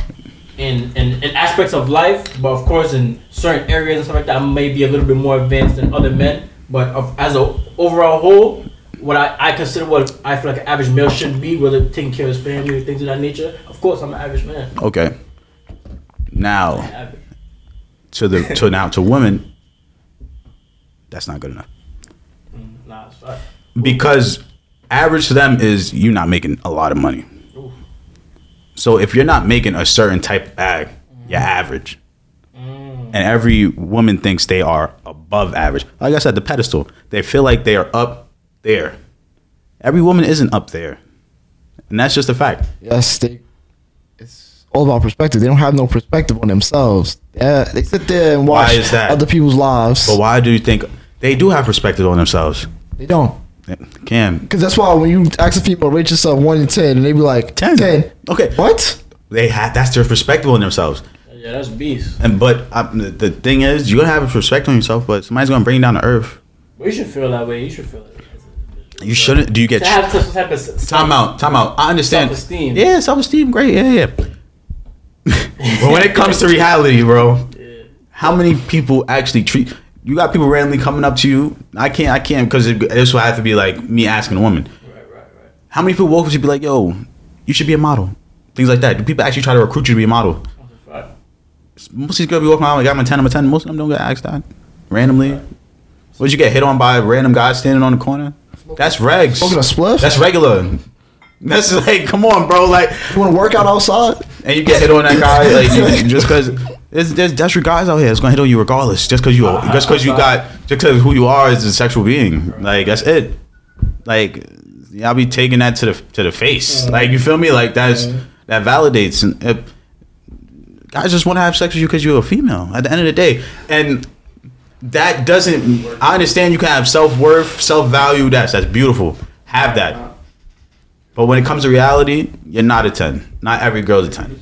in, in in aspects of life, but of course in certain areas and stuff like that, I may be a little bit more advanced than other men. But of, as a overall whole, what I, I consider what I feel like an average male should be, whether taking care of his family or things of that nature. Of course, I'm an average man. okay. Now Average. to the to now to women, that's not good enough Nah, it's fine. because average to them is you not making a lot of money. Oof. So if you're not making a certain type of bag, you're average. And every woman thinks they are above average. Like I said, the pedestal. They feel like they are up there. Every woman isn't up there. And that's just a fact. Yes, they. It's all about perspective. They don't have no perspective on themselves. Yeah, they sit there and Why watch is that? other people's lives. But why do you think they do have perspective on themselves? They don't. Cam, Because that's why when you ask a female, rate yourself one to ten, and they be like 10. 10. Okay. What? they had that's their perspective on themselves. Yeah, that's beast. And but um, the- the thing is, you're gonna have a perspective on yourself, but somebody's gonna bring you down to earth. Well, you should feel that way. You should feel it. You shouldn't. Do you get To have some type of s- Time out, time out. I understand. Self-esteem. Yeah, self esteem, great. Yeah, yeah. but when it comes to reality, bro, how many people actually treat you? Got people randomly coming up to you. I can't, I can't, because it, this would have to be like me asking a woman. Right, right, right. How many people woke up to be like, yo, you should be a model? Things like that. Do people actually try to recruit you to be a model? That's a fact. Most of these girls be walking around like I'm a ten, I'm a ten. Most of them don't get asked that randomly. Would you get hit on by a random guy standing on the corner? That's regs. Smoking a spliff? That's regular. That's like, come on, bro. Like, You want to work out outside? and you get hit on that guy like you, just because there's, there's desperate guys out here that's gonna hit on you regardless just because you just because you got just because who you are is a sexual being like that's it like I'll be taking that to the to the face like you feel me like that's that validates and if, guys just want to have sex with you because you're a female at the end of the day and that doesn't I understand you can have self worth self value that's that's beautiful have that but when it comes to reality you're not a ten not every girl's a ten.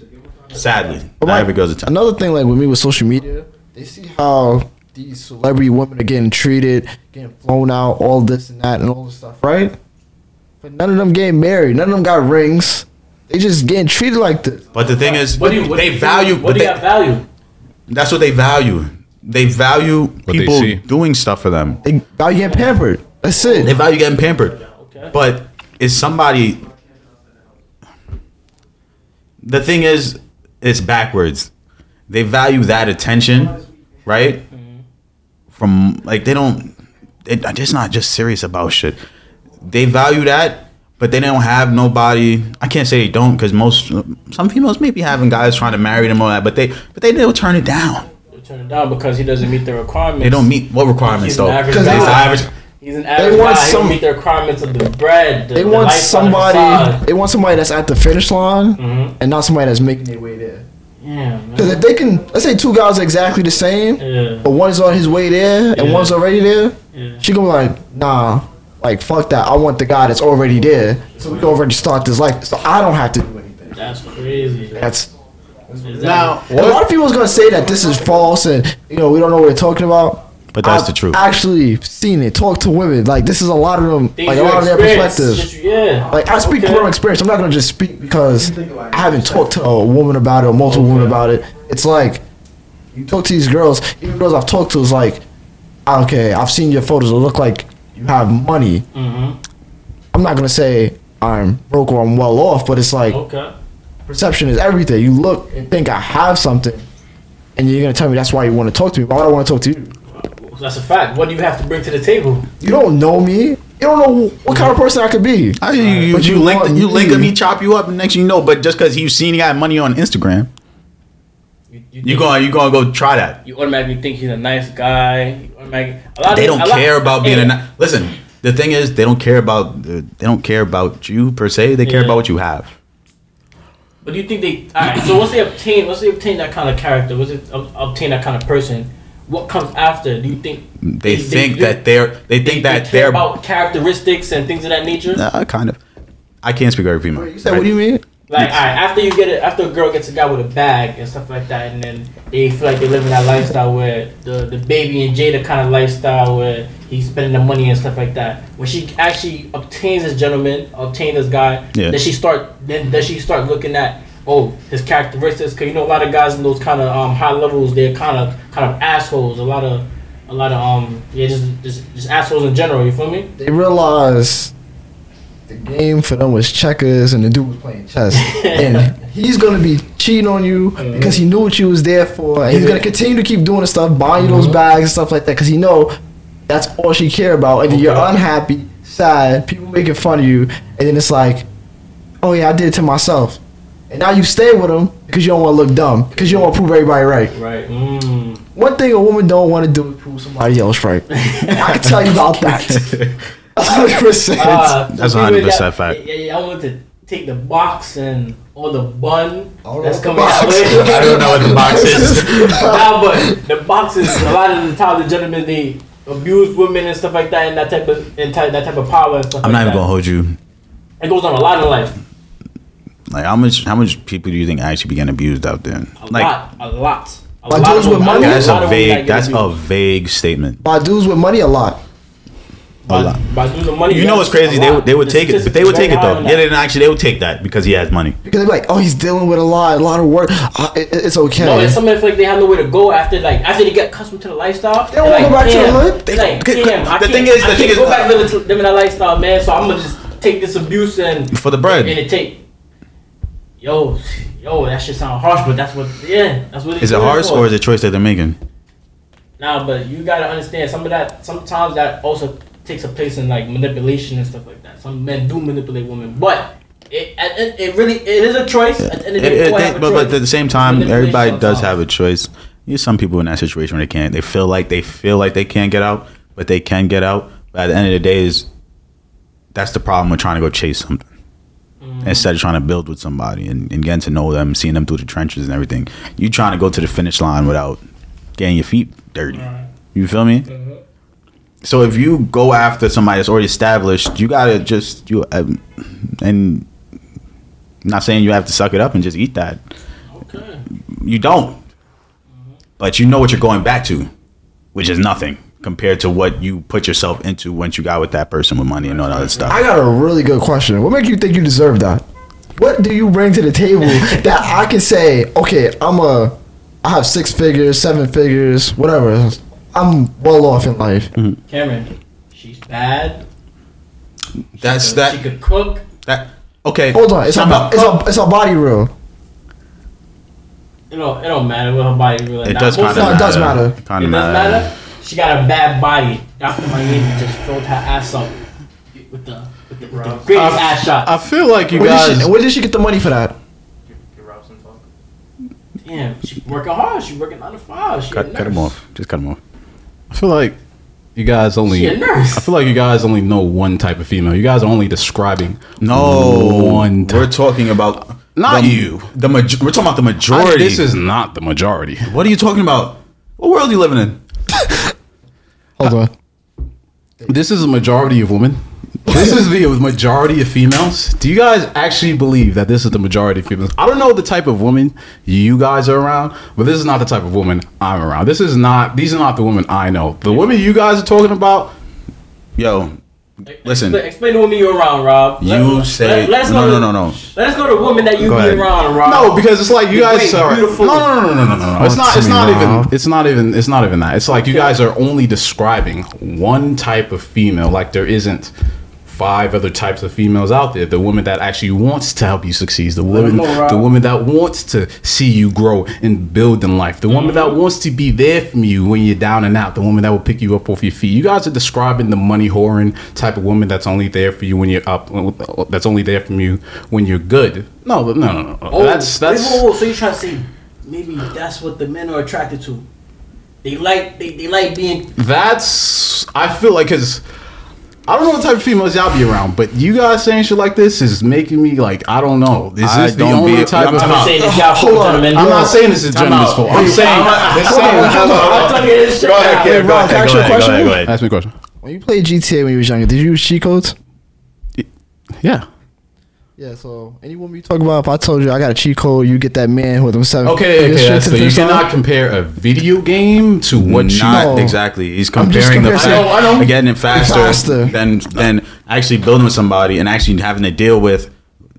Sadly, not every girl's a ten. Another thing, like with me with social media, they see how these celebrity women are getting treated, getting flown out, all this and that, and all this stuff, right? But none of them getting married. None of them got rings. They just getting treated like this. But the thing is, What do you? What they do you, value. What but do you they- have value? that's what they value. They value they people see. doing stuff for them. They got you getting pampered. That's They it. value getting pampered. Okay. But is somebody? The thing is, it's backwards. They value that attention, right? Mm-hmm. From like they don't. They, they're just not just serious about shit. They value that, but they don't have nobody. I can't say they don't because most some females may be having guys trying to marry them or that, but they but they they'll turn it down. You turn it down because he doesn't meet the requirements. They don't meet what requirements He's an though. average 'Cause guy. it's average. He's an average want guy. He don't some- meet the requirements of the bread. The, They the want lifestyle, the somebody. facade. They want somebody that's at the finish line, and not somebody that's making their way there. Yeah, Because man. if they can, let's say two guys are exactly the same, Yeah. but one's on his way there and Yeah. one's already there, Yeah. she gonna be like, nah, like fuck that. I want the guy that's already there, so we can already start this life. So I don't have to do anything. That's crazy. That's now, and a lot of people's gonna say that this is false and you know we don't know what we're talking about. But that's I've the truth. Actually, seen it. Talk to women. Like this is a lot of them. Like a lot of their perspectives. Yeah. Like I speak Okay. from experience. I'm not gonna just speak because I haven't talked to a woman about it or multiple women about it. It's like you talk to these girls, even girls I've talked to is like, "Ah, okay, I've seen your photos. It look like you have money. Mhm. I'm not gonna say I'm broke or I'm well off, but it's like Okay. perception is everything. You look and think I have something, and you're gonna tell me that's why you want to talk to me. Why would I want to talk to you? That's a fact. What do you have to bring to the table? You don't know me. You don't know what kind of person I could be. I, you, you, But you you link want you link him, me- he chop you up, and next thing you know, but just because he's seen he got money on Instagram, You, you think- going you gonna go try that. You automatically think he's a nice guy. You automatic- a lot of- They don't a lot- care about being a Yeah. ni- listen. The thing is, they don't care about the, they don't care about you per se. They care Yeah. about what you have. But do you think they? All right. So once they obtain, once they obtain that kind of character, once they ob- obtain that kind of person, what comes after? Do you think They think do- that they're they think they that care they're about characteristics and things of that nature? Nah, kind of. I can't speak every female. You said, what do you mean? Like, all right, after you get it, after a girl gets a guy with a bag and stuff like that, and then they feel like they're living that lifestyle where the the baby and Jada kind of lifestyle where he's spending the money and stuff like that. When she actually obtains this gentleman, obtain this guy, Yeah. then she start then then she start looking at oh his characteristics because you know a lot of guys in those kind of um, high levels they're kind of kind of assholes. A lot of a lot of um yeah just just, just assholes in general. You feel me? They realized the game for them was checkers, and the dude was playing chess, and he's gonna be cheating on you because he knew what you was there for, and he's gonna continue to keep doing the stuff, buying you those bags and stuff like that, because he know that's all she care about, and then you're Okay. unhappy, sad, people making fun of you, and then it's like, oh yeah, I did it to myself, and now you stay with him because you don't want to look dumb, because you don't want to prove everybody right. Right. Mm. One thing a woman don't want to do is prove somebody else right. I can tell you about that. hundred percent. Uh, That's so people 100% got- fact. Yeah, yeah, I want to take the box and all the bun All that's the coming out. box. I don't know what the box is. nah, but the box is a lot of the time the gentlemen they abuse women and stuff like that and that type of and type, that type of power and stuff. like I'm not even that. gonna hold you. It goes on a lot in life. Like how much how much people do you think actually be getting abused out there? A Like lot, a lot. A Like lot those of women- with money? I know that's lot a of women that vague get that's a abused. vague statement. By dudes with money a lot. By- lot. by doing the money. You know yes, what's crazy? a They lot. would, they would The take it, but they would take statistics it is though. very Yeah, high on then actually they would take that because he has money. Because they're like, oh, he's dealing with a lot, a lot of work. Uh, it, it- it's okay. No, and some of them feel like they have nowhere to go after like after they get accustomed to the lifestyle. They don't wanna like, go back to the damn, hood. it's They- like, c- c- damn, I the can't- thing is- I the can't thing is- go back living, to, living that lifestyle, man. So I'm gonna just take this abuse and For the bread. and it take. yo, yo, that shit sound harsh, but that's what, yeah, that's what. Is it harsh or is it choice that they're making? Nah, but you gotta understand some of that. Sometimes that also takes a place in like manipulation and stuff like that. Some men do manipulate women, but it it, it really it is a choice. At the end of the It- day, it- boy they- have a but, but choice. at the same time, Manipulation everybody does sometimes. have a choice. There's some people in that situation where they can't. They feel like they feel like they can't get out, but they can get out. But at the end of the day, is that's the problem with trying to go chase something Mm-hmm. instead of trying to build with somebody and, and getting to know them, seeing them through the trenches and everything. You trying to go to the finish line without getting your feet dirty. You feel me? So if you go after somebody that's already established, you gotta just you um, and I'm not saying you have to suck it up and just eat that. Okay. You don't. But you know what you're going back to, which is nothing compared to what you put yourself into once you got with that person with money and all that other stuff. I got a really good question. What make you think you deserve that? What do you bring to the table that I can say, okay, I'm a, I have six figures, seven figures, whatever. I'm well off in life. Cameron, she's bad. She That's could- She that. could cook. That okay. Hold on, it's a, time bo- out. it's a, it's a body rule. It don't, it don't matter what her body really like. It Nah, does most kind of No, matter. it does matter. Kind It of doesn't matter. matter. She got a bad body. Dr. Miami just filled her ass up with the, with the, with the greatest ass shot. I feel like you Where did, guys. she, where did she get the money for that? Damn, she working hard. She working nine to five. She a Cut, nurse. cut him off. Just cut him off. I feel like you guys only. She a nurse. I feel like you guys only know one type of female. You guys are only describing. No, one. we're talking about Not the, you. The maj- we're talking about the majority. I- this is not the majority. what are you talking about? What world are you living in? Hold on. This is a majority of women. This is the majority of females. Do you guys actually believe that this is the majority of females? I don't know the type of woman you guys are around, but this is not the type of woman I'm around. This is not. These are not the women I know. The women you guys are talking about. Yo, listen. Explain, explain to women you're around, Rob. You say let's no, go no, to- no, no. Let's go to women that you Go be ahead. around, Rob. No, because it's like you You're guys great, are. No, beautiful. no, no, no, no, no, no. It's not. It's not even. It's not even. It's not even that. It's like you guys are only describing one type of female. Like there isn't five other types of females out there. The woman that actually wants to help you succeed. The woman. know, Rob. The woman that wants to see you grow and build in life. The woman Mm-hmm. that wants to be there for you when you're down and out. The woman that will pick you up off your feet. You guys are describing the money whoring type of woman that's only there for you when you're up. That's only there for you when you're good. No, but no, no, no. Oh, that's wait, that's. whoa, whoa, so you trying to say maybe that's what the men are attracted to? They like they, they like being That's I feel like because I don't know what type of females y'all be around, but you guys saying shit like this is making me like I don't know. Is this I the don't only be- type I'm of? talking- I'm saying this y'all hold fuck on, with men. I'm not saying this is Time gentleman's out. fault. I'm Wait, saying this hold saying. on. I'm talking this shit. now. Kev, Rob, can I ask you a question? Ask me a question. When you played GTA when you was younger, did you use cheat codes? Yeah. Yeah, so any woman you talk about, if I told you I got a cheat code, you get that man with them seven. Okay. fingers Okay. straight that's to the- the you side. cannot compare a video game to what you. not No. exactly. He's I'm just comparing the comparing- I fact know, I know. getting it faster, Faster. than than actually building with somebody and actually having to deal with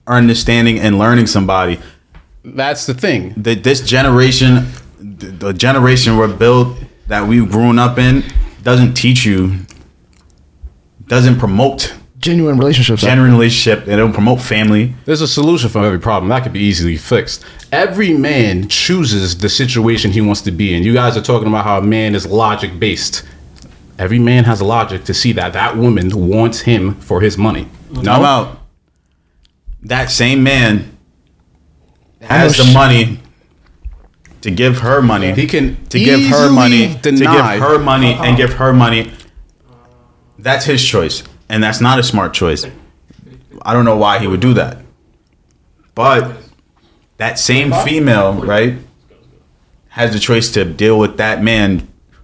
understanding and learning somebody. That's the thing. That this generation, the the generation we're built that we've grown up in, doesn't teach you, doesn't promote Genuine relationships. genuine relationship. They don't promote family. There's a solution for every problem that could be easily fixed. Every man chooses the situation he wants to be in. You guys are talking about how a man is logic based. Every man has a logic to see that that woman wants him for his money. I'm out. That same man has know the she- money to give her money. He can to give her easily money to give deny- Uh-huh. her money and give her money. That's his choice, and that's not a smart choice. I don't know why he would do that, but that same female, right, has the choice to deal with that man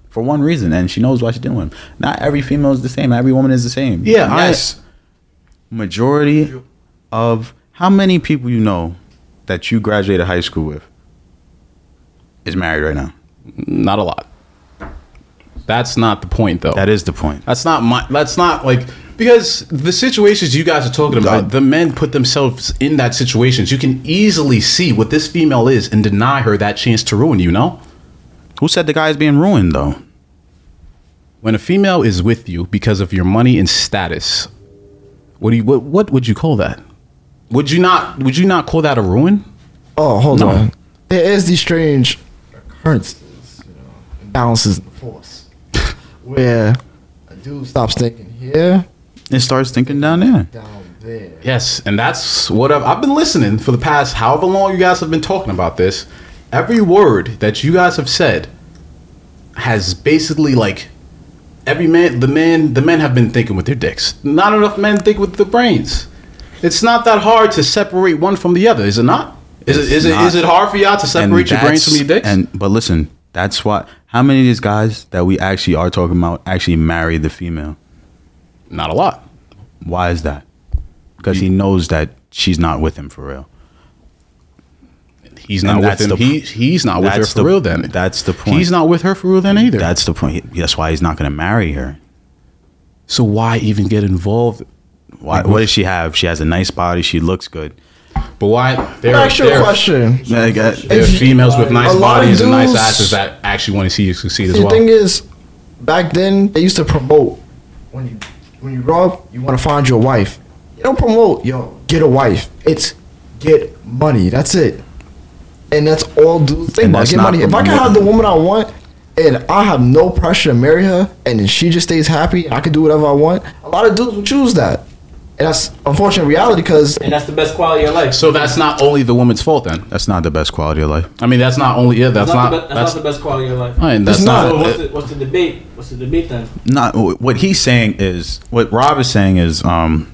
for one reason, and she knows why she's dealing with him. Not every female is the same. Every woman is the same. Yeah, I- Yes. Majority of how many people you know that you graduated high school with is married right now. Not a lot. That's not the point though. That is the point. That's not my. That's not like because the situations you guys are talking about, the men put themselves in that situations. You can easily see what this female is and deny her that chance to ruin you. No, Who said the guy is being ruined though? when a female is with you because of your money and status, what do you what what would you call that? Would you not? Would you not call that a ruin? Oh, hold No. on. There is these strange occurrences, you know, balances in the force, where a dude stops thinking here, It starts thinking down there. down there. Yes, and that's what I've, I've been listening for the past however long you guys have been talking about this. Every word that you guys have said has basically like every man, the men, the men have been thinking with their dicks. Not enough men think with their brains. It's not that hard to separate one from the other, is it not? Is it It's is not. it is it hard for y'all to separate your brains from that's- your dicks? And but listen, that's why. How many of these guys that we actually are talking about actually marry the female? not a lot. Why is that? Because he knows that she's not with him for real. He's not with that's him. the- he, he's not with her that's for the- real. Then that's the point. He's not with her for real. Then either. That's the point. He- That's why he's not going to marry her. so why even get involved? Why? What does she have? She has a nice body. She looks good. But why? There, Actual there- question. Like, uh, There are If you- females with nice a lot of bodies and nice dudes- asses that actually want to see you succeed as The well. thing is, back then they used to promote when you when you rob, you want to find your wife. You don't promote, yo, get a wife. It's get money. That's it. And that's all dudes think And about. that's Get not money. If I can promoting. have the woman I want and I have no pressure to marry her and then she just stays happy and I can do whatever I want, a lot of dudes will choose that. And that's unfortunate reality because and that's the best quality of life. so that's not only the woman's fault then. that's not the best quality of life. I mean, that's not only yeah. That's that's, not. not, the be- that's that's, not the best quality of life. I mean, that's It's not. not. So what's the, what's the debate? What's the debate then? Not what he's saying is what Rob is saying is um.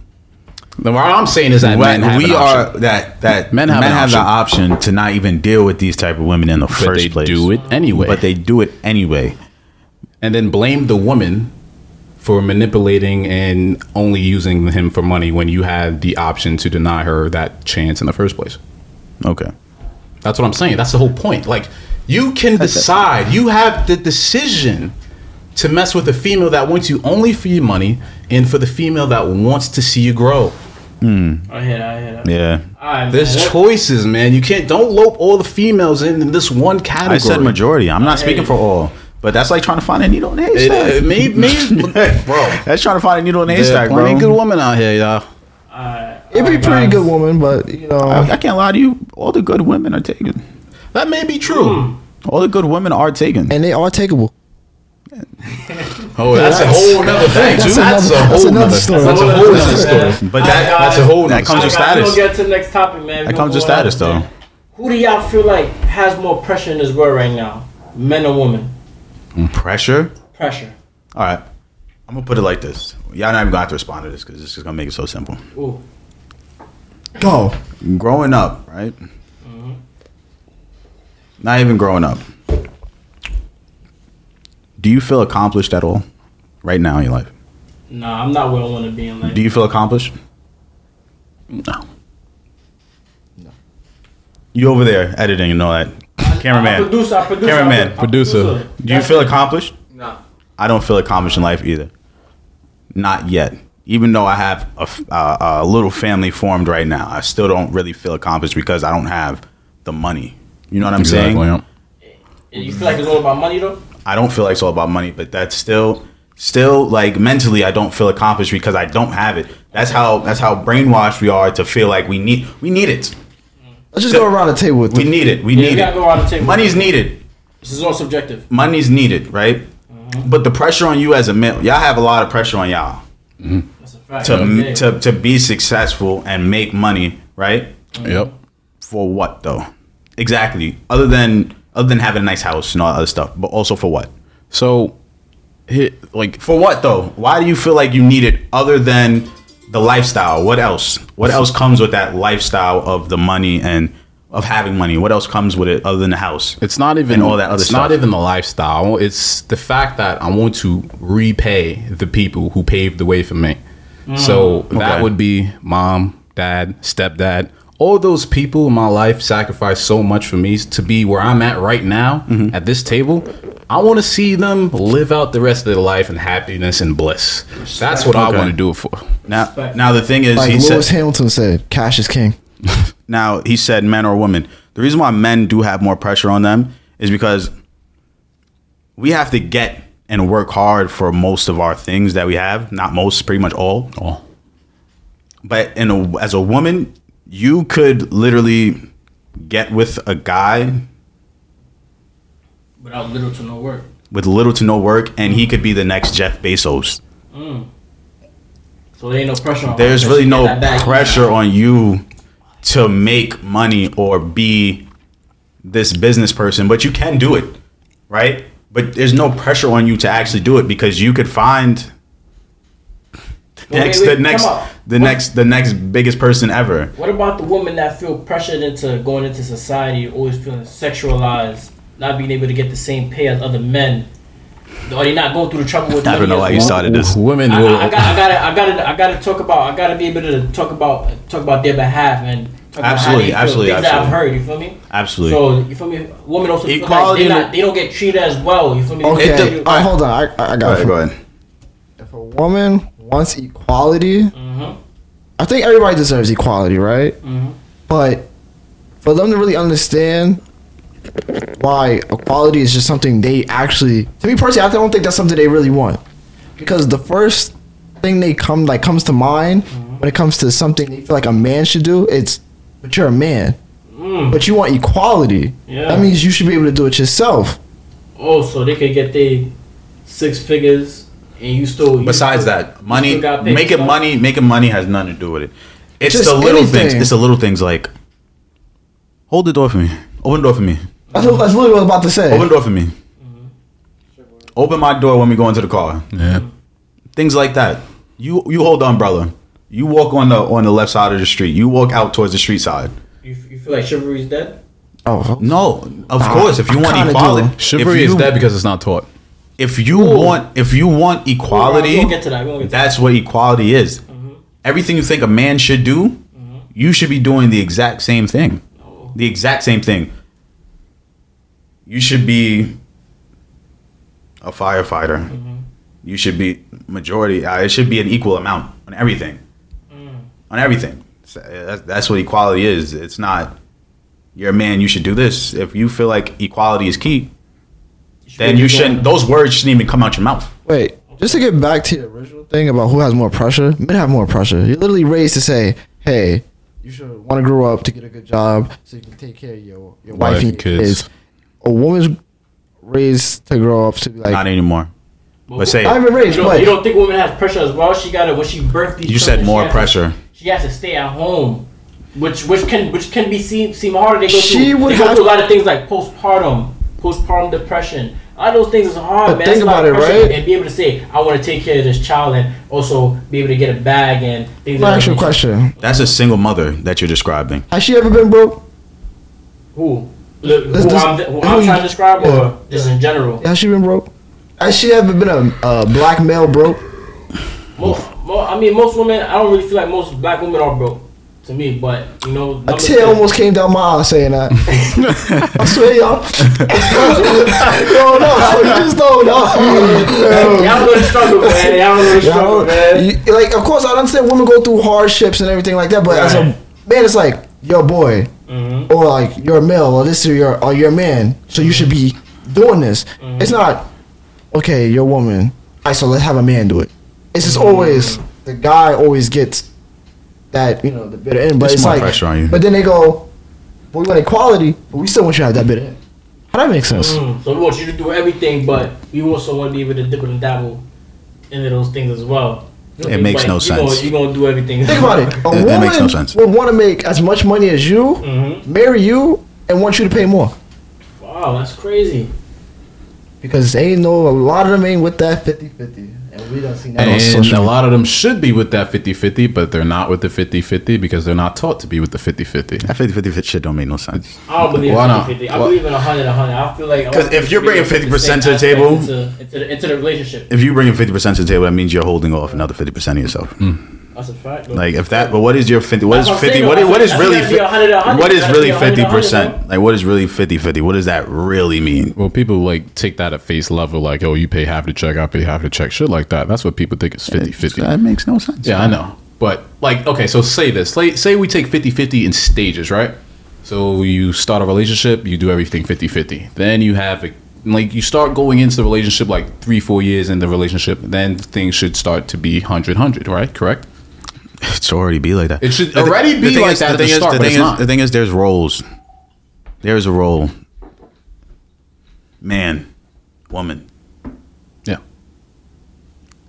What I'm saying is that When men have we an are option, that that Men men have have, an the option to not even deal with these type of women in the but first they place. do it anyway. but they do it anyway. and then blame the woman for manipulating and only using him for money when you had the option to deny her that chance in the first place. Okay, That's what I'm saying. That's the whole point. Like, you can decide. You have the decision to mess with a female that wants you only for your money and for the female that wants to see you grow. I hear that. I hear that. yeah. All right, There's man. choices, man. You can't don't lope all the females in, in this one category. I said majority. I'm not speaking hey. for all, but that's like trying to find a needle in a It, haystack. it may, may, bro. that's trying to find a needle in a There's haystack, plenty bro. good women out here, y'all. All right, it'd all be right, pretty guys. good woman, but you know I, I can't lie to you. All the good women are taken. That may be true. All the good women are taken. and they are takeable. Oh, that's, a whole nother thing, too. that's That's, another- a that's another whole nother story. That's a whole nother story. But All right, that guys. That's a whole that nother comes All with right, guys, status. We're gonna get to the next topic, man. That comes with status, though. Who do y'all feel like has more pressure in this world right now, men or women? Pressure. Pressure. All right. I'm gonna put it like this. Y'all not even gonna have to respond to this because this is gonna make it so simple. Ooh, Go. growing up, right? Mm-hmm. Not even growing up. Do you feel accomplished at all right now in your life? nah, I'm not where I want to be in life. Do you feel accomplished? No. You over there editing and all that. I Cameraman. produce, I produce, Cameraman, I producer. Do you feel accomplished? Nah. I don't feel accomplished in life either. Not yet. Even though I have a, f- uh, a little family formed right now, I still don't really feel accomplished because I don't have the money. You know what I'm Exactly. saying? yeah. And you feel like it's all about money though? I don't feel like it's all about money, but that's still still like mentally I don't feel accomplished because I don't have it. That's how that's how brainwashed we are to feel like we need we need it. Let's just go around the table with We the need it. We Yeah, you need gotta go around the it. table. Money's needed. This is all subjective. Money's needed, right? Mm-hmm. But the pressure on you as a man, y'all have a lot of pressure on y'all That's a fact. to Yeah. to to be successful and make money, right? Yep. For what though? Exactly. Other than other than having a nice house and all that other stuff, but also for what? So, hit, like, For what though? Why do you feel like you need it other than the lifestyle? What else? What else comes with that lifestyle of the money and of having money? What else comes with it other than the house? It's not even And all that other It's not stuff. even the lifestyle. It's the fact that I want to repay the people who paved the way for me. So that Mm. Okay. would be mom, dad, stepdad. All those people in my life sacrificed so much for me to be where I'm at right now Mm-hmm. at this table. I want to see them live out the rest of their life in happiness and bliss. That's what I Okay. want to do it for. now, now the thing is, like he Lewis said. Hamilton said, cash is king. Now he said, men or women. The reason why men do have more pressure on them is because we have to get and work hard for most of our things that we have. Not most, pretty much all. Oh. But in a, as a woman, you could literally get with a guy without little to no work. with little to no work, and he could be the next Jeff Bezos. So there ain't no pressure on. her There's that really she get no that bag. pressure on you to make money or be this business person, but you can do it, right? But there's no pressure on you to actually do it because you could find the Wait, next, wait, wait, the next, come on. the next, the next biggest person ever. What about the women that feel pressured into going into society, always feeling sexualized, not being able to get the same pay as other men? Are they not going through the trouble with? I don't money know as why you well? started this. Women I, will. I, I got, I gotta, I gotta, I gotta talk about, I gotta be able to talk about, talk about their behalf and talk Absolutely, about how they feel, absolutely, things that I've heard. You feel me? Absolutely. So you feel me? Women also feel like Equality they in not, they don't get treated as well. You feel me? Okay, They get- all right, hold on. I, I I Go got ahead, it. go ahead. If a woman wants equality, Mhm. I think everybody deserves equality, right? Mhm. But for them to really understand why equality is just something they actually, to me personally, I don't think that's something they really want. Because the first thing they come like comes to mind when it comes to something they feel like a man should do, it's but you're a man, Mm. but you want equality. Yeah. That means you should be able to do it yourself. Oh, so they could get their six figures, and you still. you Besides still- that, money, still got paid, making so- money, making money has nothing to do with it. It's Just the little things. anything. It's the little things like hold the door for me. Open the door for me. That's, what- that's literally what I was about to say. Open the door for me. Open my door when we go into the car. Mm-hmm. yeah. Things like that. You you hold the umbrella. You walk on the on the left side of the street. You walk out towards the street side. You, you feel like chivalry's dead? Oh, No, of course. If you I want kinda equality, do. Chivalry if you, is dead because it's not taught. If you want if you want equality, We'll get to that. We'll get to That's what equality is. Everything you think a man should do, you should be doing the exact same thing. The exact same thing. You should be a firefighter. You should be majority. Uh, it should be an equal amount on everything. On everything. So, uh, That's, that's what equality is. It's not you're a man. You should do this. If you feel like equality is key, then you shouldn't. Those words shouldn't even come out your mouth. Wait, just to get back to the original thing about who has more pressure, men have more pressure. You're literally raised to say, hey, you should want to grow up to get a good job so you can take care of your, your wife, and your kids. A woman's raised to grow up to be like, Not anymore. But say not even You raised, don't, but you don't think women have pressure as well? She got to when she birthed these. You said children, more she has to- pressure. she has to stay at home, which which can which can be seem seem harder. They go She through, would they go have- through a lot of things like postpartum, postpartum depression. A lot of those things is hard, But man. think That's a lot about of it, pressure. right? And be able to say, I want to take care of this child, and also be able to get a bag and things. my of that actual nature. question. That's a single mother that you're describing. Has she ever been broke? Who? Look, This- who this- I'm, who who I'm you- trying to describe, yeah. or just in general? Has she been broke? Has she ever been a, a black male broke? Most, mo I mean, most women. I don't really feel like most black women are broke, to me. But you know, A numbers- tear almost came down my eye saying that. I swear, y'all. no, no, I just don't know. Y'all know the struggle, man. Y'all know the struggle, man. You- like, of course, I understand women go through hardships and everything like that, but as a Right. man, it's like you're a boy, or like you're a male, or this or you're or you're a man, so you should be doing this. Mm-hmm. It's not okay. You're a woman. All right, so let's have a man do it. It's Mm-hmm. just always the guy always gets that you know the bitter end, but It's it's, more like pressure on you. But then they go, but we want equality, but we still want you to have that bitter end. How that make sense? Mm, So we want you to do everything, but we also want to be able to dibble and dabble into those things as well. It makes no You're gonna- sense. You're gonna do everything. Think about it. A That- woman that makes no sense. would want to make as much money as you, marry you, and want you to pay more Mm-hmm. Wow, that's crazy. because they know a lot of them ain't with that 50-50. and we don't see that on And social. a media. lot of them should be with that 50 50, but they're not with the 50 50 because they're not taught to be with the 50 50. That 50 50 shit don't make no sense. I don't believe Why in not? 50 I Why- believe in 100 100. I feel like I 'Cause want if you're to be bringing able put 50% to same the table- aspect into, into, the, into the relationship, If you're bringing 50% to the table, that means you're holding off another 50% of yourself. Hmm. that's a fact. though. Like, if that, but what is your 50, what is That's what I'm 50, saying, what is, what is that's really, gotta be 100, 100, what is that's really gotta be 100, 50%? Like, what is really 50 50? What does that really mean? Well, people like take that at face level, like, oh, you pay half the check, I pay half the check, shit like that. That's what people think is 50 50. That makes no sense. Yeah, I know. But like, okay, so say this. Like, say we take 50-50 in stages, right? So you start a relationship, you do everything 50-50. Then you have a, like you start going into the relationship like 3-4 years in the relationship, then things should start to be 100-100, right? Correct? It should already be like that. It should The thi- already the be thing like is- that The at thing the is, start, the but thing it's is- not. the thing is, there's roles. There's a role. Man, woman, Yeah.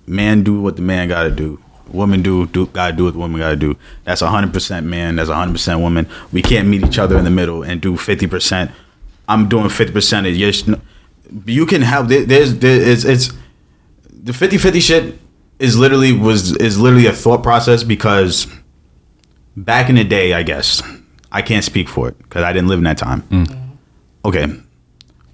man, do what the man got to do. Woman do do gotta do what the woman gotta do. That's hundred percent man. That's hundred percent woman. We can't meet each other in the middle and do fifty percent. I'm doing fifty percent of yes. no- You can have there- there's there is it's the 50-50 shit is literally was is literally a thought process because back in the day, I guess I can't speak for it because I didn't live in that time. Okay,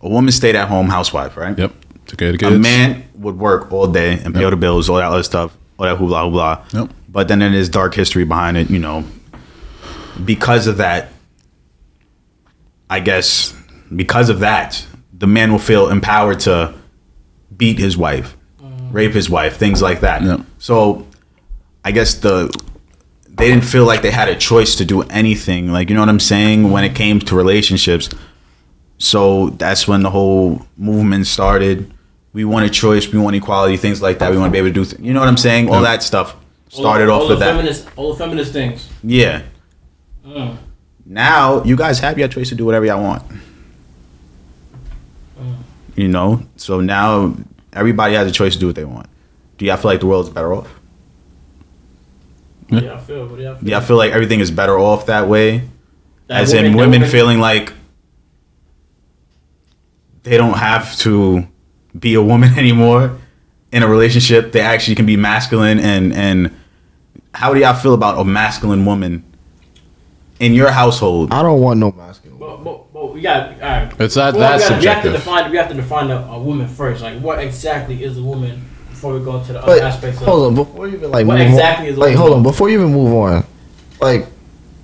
a woman stayed at home, housewife, right? Yep. Took care of the a kids. man would work all day and pay all the bills, all that other stuff, all that hula hula. Yep. But then there's dark history behind it, you know. Because of that, I guess because of that, the man will feel empowered to beat his wife, rape his wife, things like that. Yep. So I guess the they didn't feel like they had a choice to do anything. Like you know what I'm saying when it came to relationships. So that's when the whole movement started. We want a choice. We want equality. Things like that. We want to be able to do. Th- you know what I'm saying? All Yeah. that stuff started all off the with that. Feminist, all the feminist things. Yeah. Mm. Now you guys have your choice to do whatever y'all want. Uh. You know. So now everybody has a choice to do what they want. Do y'all feel like the world's better off? Yeah. I feel. What do y'all feel? Do y'all feel like everything is better off that way? That as in woman- that women woman- feeling like they don't have to be a woman anymore in a relationship. They actually can be masculine and and how do y'all feel about a masculine woman in your household? I don't want no masculine. But, but, but we got. All right. It's not that Well, we gotta, we have to subjective. define. We have to define a, a woman first. Like, what exactly is a woman? Before we go into the other But aspects of. hold on, before you even like What move exactly on, is like going hold on? on, before you even move on, like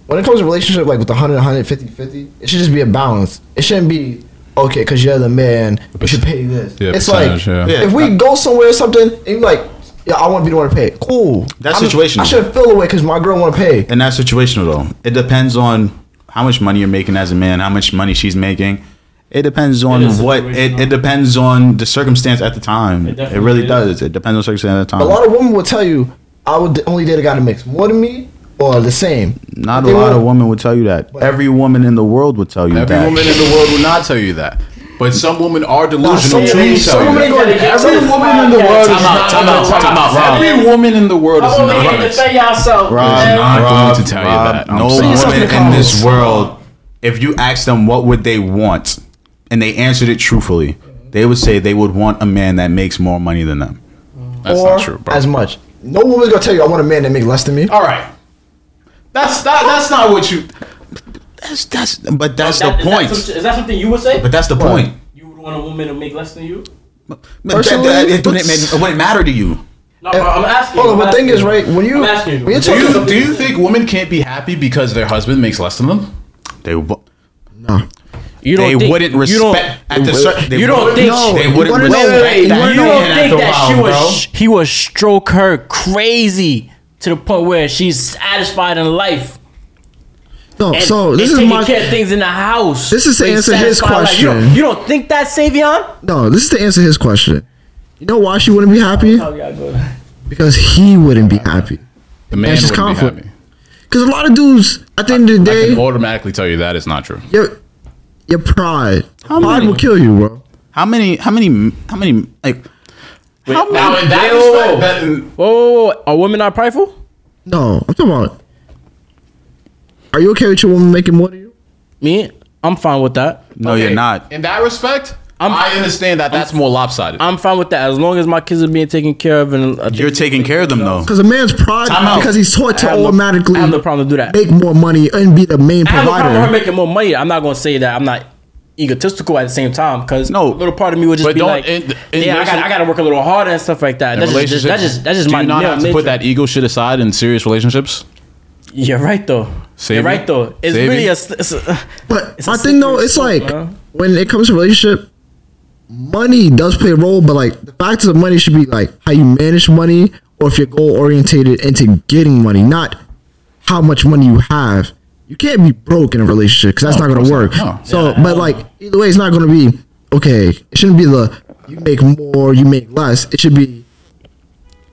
when it comes to relationship, like with the 100, 150, 50, it should just be a balance. It shouldn't be okay because you're the man. You should pay this. Yeah, it's like percentage, yeah. Yeah. if we go somewhere or something, and you like, yeah, I want to be the one to pay. Cool. That's I'm- situational. I should feel away because my girl want to pay. And that's situational though. It depends on how much money you're making as a man, how much money she's making. It depends on is what it, situational. it depends on the circumstance at the time. It, definitely really is. does. It depends on the circumstance at the time. A lot of women will tell you, I would only date a guy that makes more than me or the same. Not a They lot won't- of women would tell you that. But- Every woman in the world would tell you Every that. woman in the world will not tell you that. But some women are delusional some to women- tell some you women that. go- Every woman in the world is Time out, not. time out, time out, Rob. Every woman in the world is I'm only here to uh, not. defend yourself. Rob, man. not Rob, going to tell you Rob, that. I'm No sorry. Please woman tell me the in this comments. world, if you asked them what would they want, and they answered it truthfully, they would say they would want a man that makes more money than them. That's or not true, bro. as much. No woman's gonna tell you I want a man that makes less than me. All right. That's that, That's not what you. That's that's but that's the That- is that point. some- Is that something you would say? but that's the point. You would want a woman to make less than you? But that- Personally, that- it, wouldn't, it wouldn't matter to you. No, I'm asking. Hold you, on, I'm but the thing asking is, you. right? When you I'm asking you. when you're Do Do talking, you do you think women can't be happy because their husband makes less than them? They w- You they think- wouldn't you don't- respect at the cer- they you don't wouldn't- think- they No, wouldn't you respect wouldn't- Wait, wait, that you man don't after think a that she while, was bro. he was stroke her crazy to the point where she's satisfied in life. No, And, so this and is taking my care of things in the house. This is to Like, answer his satisfied in life. You don't- question. You don't, think that, Savion? no. This is to answer his question. You know why she wouldn't be happy? Oh, yeah, good. Because he wouldn't be happy. The man That's would just be conflict. happy. Because a lot of dudes, at the end of the I can day, automatically tell you that is not true. your your pride, pride many- will kill you, bro. How many? How many? How many? Like how many? Now in that Yo. respect, that, Whoa, whoa, whoa, are women not prideful? No, I'm talking about. Are you okay with your woman making more than you? Me, I'm fine with that. No, okay, you're not. In that respect, I'm- I understand that that's more lopsided. I'm fine with that as long as my kids are being taken care of and I think You're taking care of them though. Because a man's pride, Time out. because he's taught to I have no- automatically I have no problem to do that. make more money and be the main I have no problem with her provider. making more money. I'm not gonna say that I'm not egotistical at the same time because No. no, a little part of me would just But be don't- like, in- yeah, in I got relation- I got to work a little harder and stuff like that. That's just, that's just that's just do my you not male have to put nature. that ego shit aside in serious relationships? You're right though. Saving? You're right though. It's Saving? really a. s- It's a But It's a my thing though, slippery it's slope, like man. when it comes to relationship, money does play a role, but like the factors of money should be like how you manage money or if you're goal orientated into getting money, not how much money you have. You can't be broke in a relationship because that's not going to work. not. No. So, but like either way, it's not going to be okay. It shouldn't be the you make more, you make less. It should be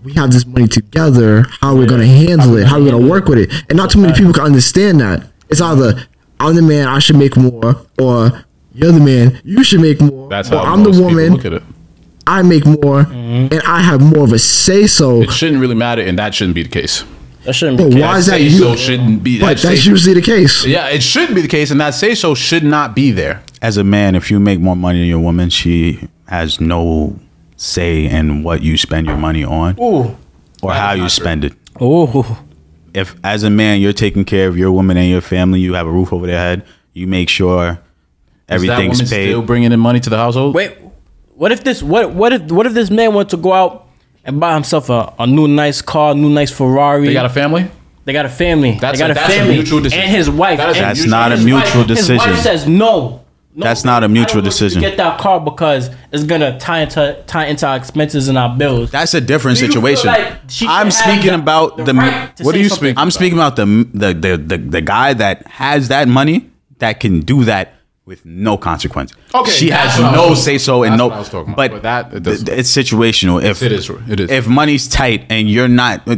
we have this money together, how we're gonna handle it, how we're gonna work with it. And not too many people can understand that. It's either I'm the man, I should make more, or you're the man, you should make more. That's or how I'm the most people woman, Look at it. I make more, Mm-hmm. and I have more of a say so. It shouldn't really matter, and that shouldn't be the case. That shouldn't But be. why is that say you? so shouldn't be. But that that's say- usually the case. Yeah, it should be the case, and that say so should not be there. As a man, if you make more money than your woman, she has no say in what you spend your money on Ooh. or how you spend it. Ooh. If as a man you're taking care of your woman and your family, you have a roof over their head, you make sure Is that everything's woman paid. still bringing in money to the household? Wait, what if this? What what if what if this man wanted to go out and buy himself a, a new nice car, new nice Ferrari? they got a family. They got a family. That's they got a- a, that's a family mutual decision. and his wife. That is a and That's his not a wife- mutual His decision. wife says no. No, That's not a I don't mutual want you to decision. Get that car because it's gonna tie into tie into our expenses and our bills. That's a different Do you feel situation. like she should I'm have speaking the- about the the. right to what say do you something? speak? I'm speaking about the, the the the the guy that has that money that can do that with no consequence. Okay, she that's has what I was- no say so and that's no. what I was talking about, but but that- it doesn't- th- it's situational. If It is- it is. If money's tight and you're not, uh,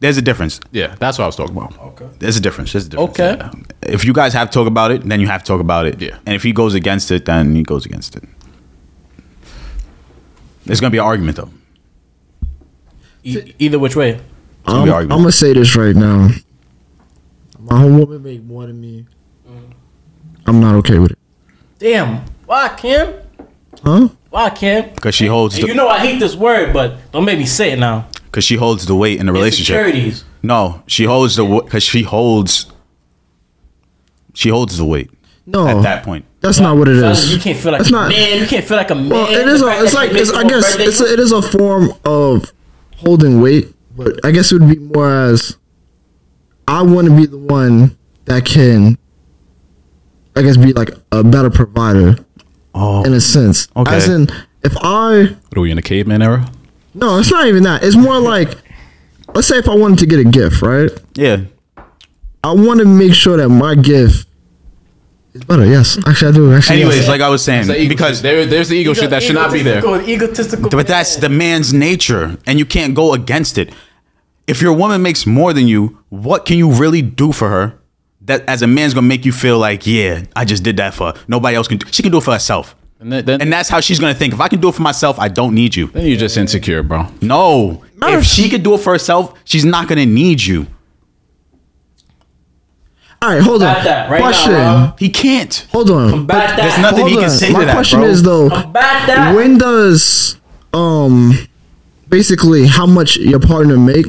there's a difference. Yeah, that's what I was talking about. Okay. There's a difference. There's a difference. Okay. Yeah. If you guys have to talk about it, then you have to talk about it. Yeah. And if he goes against it, then he goes against it. There's gonna be an argument though. E- either which way. gonna I'm, be I'm argument. gonna say this right now. My homewoman make more than me. I'm not okay with it. Damn. Why Kim? Huh? Why Kim? Because she holds And the, you know I hate this word, but don't make me say it now. because she holds the weight in the relationship. Insecurities. No, she holds the because she holds. She holds the weight No. at that point. That's not what it Fellas, is. You can't feel like That's a not- man. You can't feel like a man. Well, it is. The A, fact it's that like you it's, I make guess birthday- it's a, it is a form of holding weight, but I guess it would be more as I want to be the one that can, I guess, be like a better provider Oh, in a sense. Okay. As in, if I What are we in the caveman era? no, it's not even that. It's more like, let's say if I wanted to get a gift, right? yeah. I want to make sure that my gift is better. Yes, actually, I do. Actually, Anyways, yes. like I was saying, because because there, there's the ego shit that should not be there. Egotistical- Egotistical. but that's the man's nature, and you can't go against it. If your woman makes more than you, what can you really do for her? That as a man's gonna make you feel like, yeah, I just did that for her. nobody else can. do She can do it for herself, And then, then, and that's how she's gonna think. If I can do it for myself, I don't need you. then you're just insecure, bro. No. If she could do it for herself, she's not gonna need you. all right, hold on. Got that right now, Question. bro. He can't. hold on. Combat There's that. nothing Hold he can on. say My to that, question bro. is though, Combat that. when does um basically how much your partner make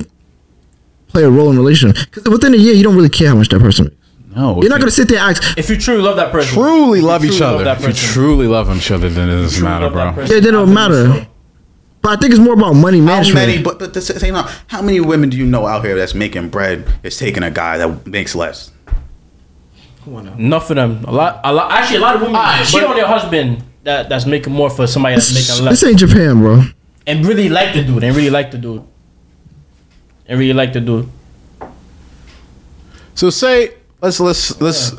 play a role in a relationship? Because within a year, you don't really care how much that person makes. No, You're not gonna sit there and ask. if you truly love that person. truly If you love each truly other. that If you person. truly love each other, then it doesn't matter, love that bro. person. Yeah, then it don't matter. But I think it's more about money How management. many? But but the same time, how many women do you know out here that's making bread is taking a guy that makes less? Enough of them. A lot. A lot. Actually, a lot of women Alright, cheat but- on their husband that, that's making more for somebody that's this, making less, this ain't Japan, bro. and really like the dude, and really like the dude, and really like the dude. So say let's let's let's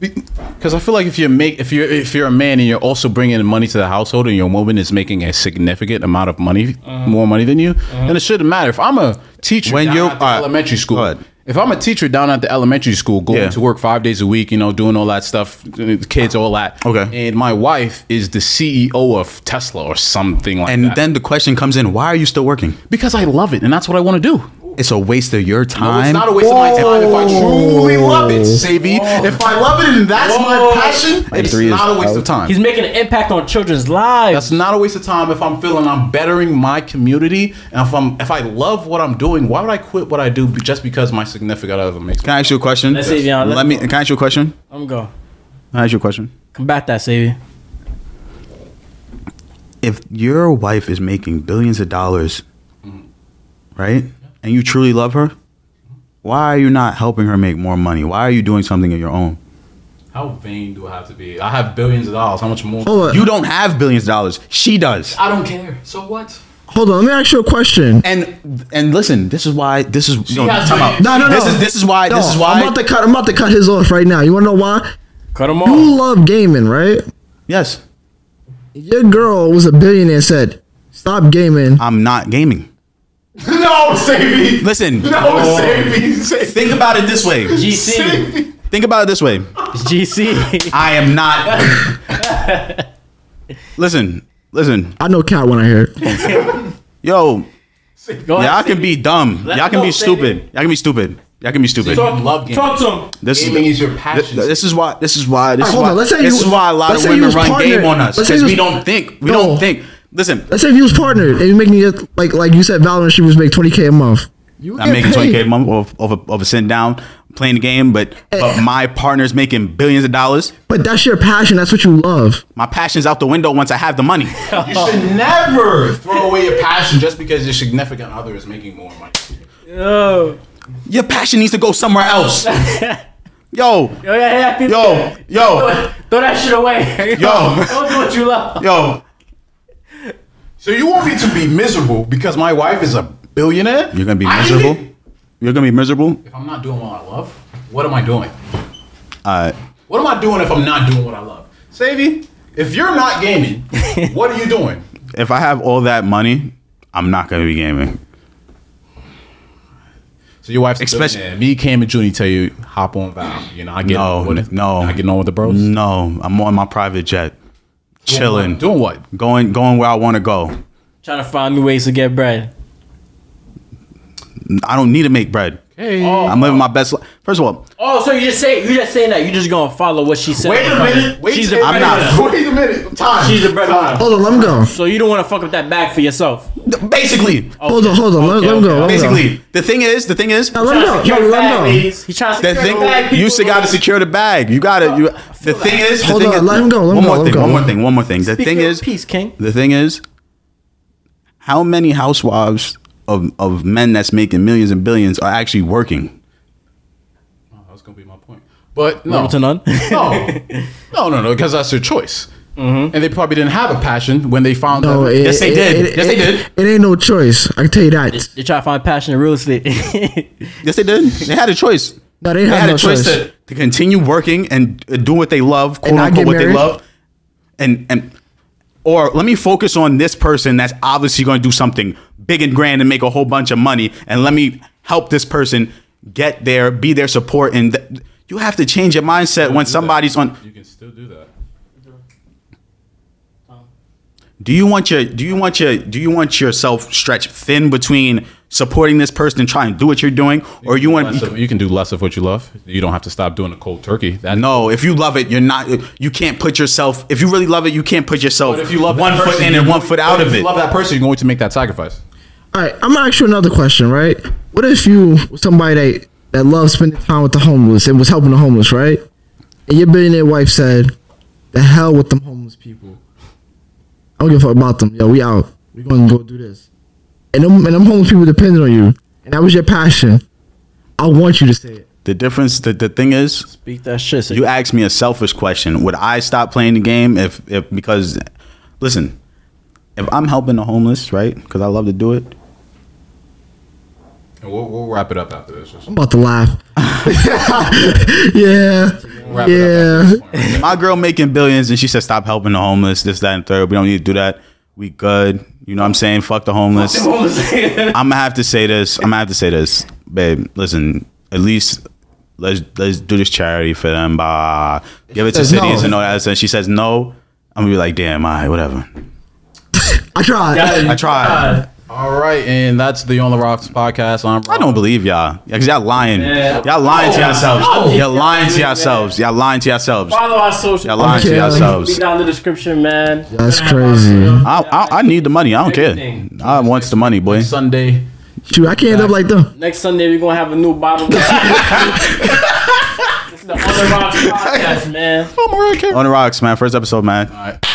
because I feel like if you make if you are if you're a man and you're also bringing money to the household and your woman is making a significant amount of money more money than you, then it shouldn't matter. If I'm a teacher When down you- at the all right, elementary school. go ahead. If I'm a teacher down at the elementary school, going Yeah. to work five days a week, you know, doing all that stuff, uh, kids, all that. Okay. And my wife is the CEO of Tesla or something like And that. then the question comes in: Why are you still working? because I love it and that's what I want to do. It's a waste of your No, time. it's not a waste of my time if I truly love it, Savy. If I love it and that's Whoa. my passion, Like it's three is not a waste out. of time. He's making an impact on children's lives. That's not a waste of time if I'm feeling I'm bettering my community and if I'm if I love what I'm doing, why would I quit what I do be- just because my significant other makes me? Can I ask you a question? Let's see, Leon, let's Let me. go. Can I ask you a question? I'm going. Can I ask you a question? Combat that, Savy. If your wife is making billions of dollars, right, and you truly love her, why are you not helping her make more money? Why are you doing something of your own? How vain do I have to be? I have billions of dollars. How much more? Hold on. You don't have billions of dollars. She does. I don't care. So what? Hold on. Let me ask you a question. And and listen, this is why this is no, has time to- out. No, no, no. This is this is why this No, is why I'm about to cut. I'm about to cut his off right now. You wanna know why? Cut him You off. love gaming, right? yes, Your girl was a billionaire. and Said, "Stop gaming." I'm not gaming. No, Savy. Listen, No, Savy. Savy. think about it this way. GC. Think about it this way. It's GC. I am not. listen, listen, I know cat when I hear it. yo. Go ahead, Y'all can Savy. be dumb. Y'all can no, be say it. stupid. Y'all can be stupid. Y'all can be stupid. Talk, love gaming. Talk to Oh, him. This gaming is, is your th- passion. this is why. This is why. This, is, Alright, hold why, on, let's say this you- is why a lot let's of say you women was run partnered. game on us Let's say because you we was- don't think. We No. don't think. Listen, Let's say if you was partnered and you make me get like like you said, Valorant she was make twenty k a month. You would I'm get making paid. 20k a month of, of, a, of a sit down playing the game, but but my partner's making billions of dollars. But that's your passion. That's what you love. My passion's out the window once I have the money. You should never throw away your passion just because your significant other is making more money. Yo. Your passion needs to go somewhere else. Yo, Yo, yeah, yeah, yo, yo, Throw that shit away. Yo. Don't do what you love. yo. So you want me to be miserable because my wife is a billionaire? You're gonna be I- miserable. You're gonna be miserable. If I'm not doing what I love, what am I doing? Uh, What am I doing if I'm not doing what I love? Savy, if you're not gaming, what are you doing? if I have all that money, I'm not gonna be gaming. So your wife's Especially- especially me, Cam, and Junie tell you hop on Valve. You know, I get No, with it. no. I getting on with the bros. No, I'm on my private jet, chilling, Doing what? going, going where I want to go. Trying to find new ways to get bread. I don't need to make bread. Hey. I'm living my best life. First of all, Oh, so you just say you just saying that you just gonna follow what she said. Wait a minute. Wait She's the a minute. breadwinner. I'm not- Wait a minute. Time. She's the breadwinner. Hold on, let him go. So you don't want to fuck up that bag for yourself. basically, Oh. Hold on, hold on, let, let him go. Let him go. basically, the thing is, the thing is, Now, let him go. Secure No, the let bag, him go. ladies. He trying to the secure thing the bag. you people. still got to secure the bag. You got to. You, the thing is, the Hold thing on, is, let him go, let him one go, more let him thing. go. One more thing. One more thing. The Speak thing your is, peace, king. The thing is, how many housewives of of men that's making millions and billions are actually working? Oh, that was gonna be my point. But no, to none? no, no, no, no, because that's their choice. And they probably didn't have a passion when Mm-hmm. they found No, out. it, Yes, they it- did. It, Yes, they it- did. It ain't no choice. I can tell you that. They try to find passion in real estate. Yes, they did. They had a choice. No, they didn't They have had no a choice choice. to, to continue working and uh, do what they love, quote And not unquote, get what they married? love, and and or let me focus on this person that's obviously going to do something big and grand and make a whole bunch of money, and let me help this person get there, be their support, and th- you have to change your mindset when somebody's on. You can still do that. Do you want your do you want your do you want yourself stretched thin between supporting this person and trying to do what you're doing, or you want Less to be of- you can do less of what you love. You don't have to stop doing the cold turkey. That No, if you love it, you're not. You can't put yourself. If you really love it, you can't put yourself. But if you love that one foot person, in you- and one but foot out if of you it, Love that person. You're going to make that sacrifice. All right, I'm gonna ask you another question, right? What if you somebody that that loves spending time with the homeless and was helping the homeless, right? And your billionaire wife said, "The hell with them homeless people. I don't give a fuck about them. Yo, we out. We gonna go do this." And them, and them homeless people depended on you, and that was your passion. I want you to say it. the difference. The, the thing is, Speak that shit. So you asked me a selfish question. Would I stop playing the game if if because, listen, if I'm helping the homeless, right? Because I love to do it. And we'll, we'll wrap it up after this. Just I'm about to laugh. yeah, wrap Yeah. it up after this point. My girl making billions, and she said, "Stop helping the homeless. This, that, and third. We don't need to do that. We good. You know what I'm saying? Fuck the homeless. I'm gonna have to say this. I'm gonna have to say this, babe. Listen, at least let's let's do this charity for them. Bah, give it to says no. cities and all that. And she says no. I'm gonna be like, damn, all right, whatever. I tried. I tried. All right, and that's the On the Rocks podcast. I'm I don't believe y'all. Y'all 'cause y'all lying. Yeah. Y'all lying to No. yourselves. No. Y'all lying to Yeah. yourselves. Y'all lying to yourselves. I, Follow our social. Y'all lying to Links yourselves. will Be down in the description, man. That's crazy. I, I need the money. I don't care. Everything. I wants the money, boy. Sunday. Shoot, I can't end up like them. Next Sunday we're gonna have a new bottle. this is the Other Rocks podcast, man. On the rocks, man. First episode, man. All right.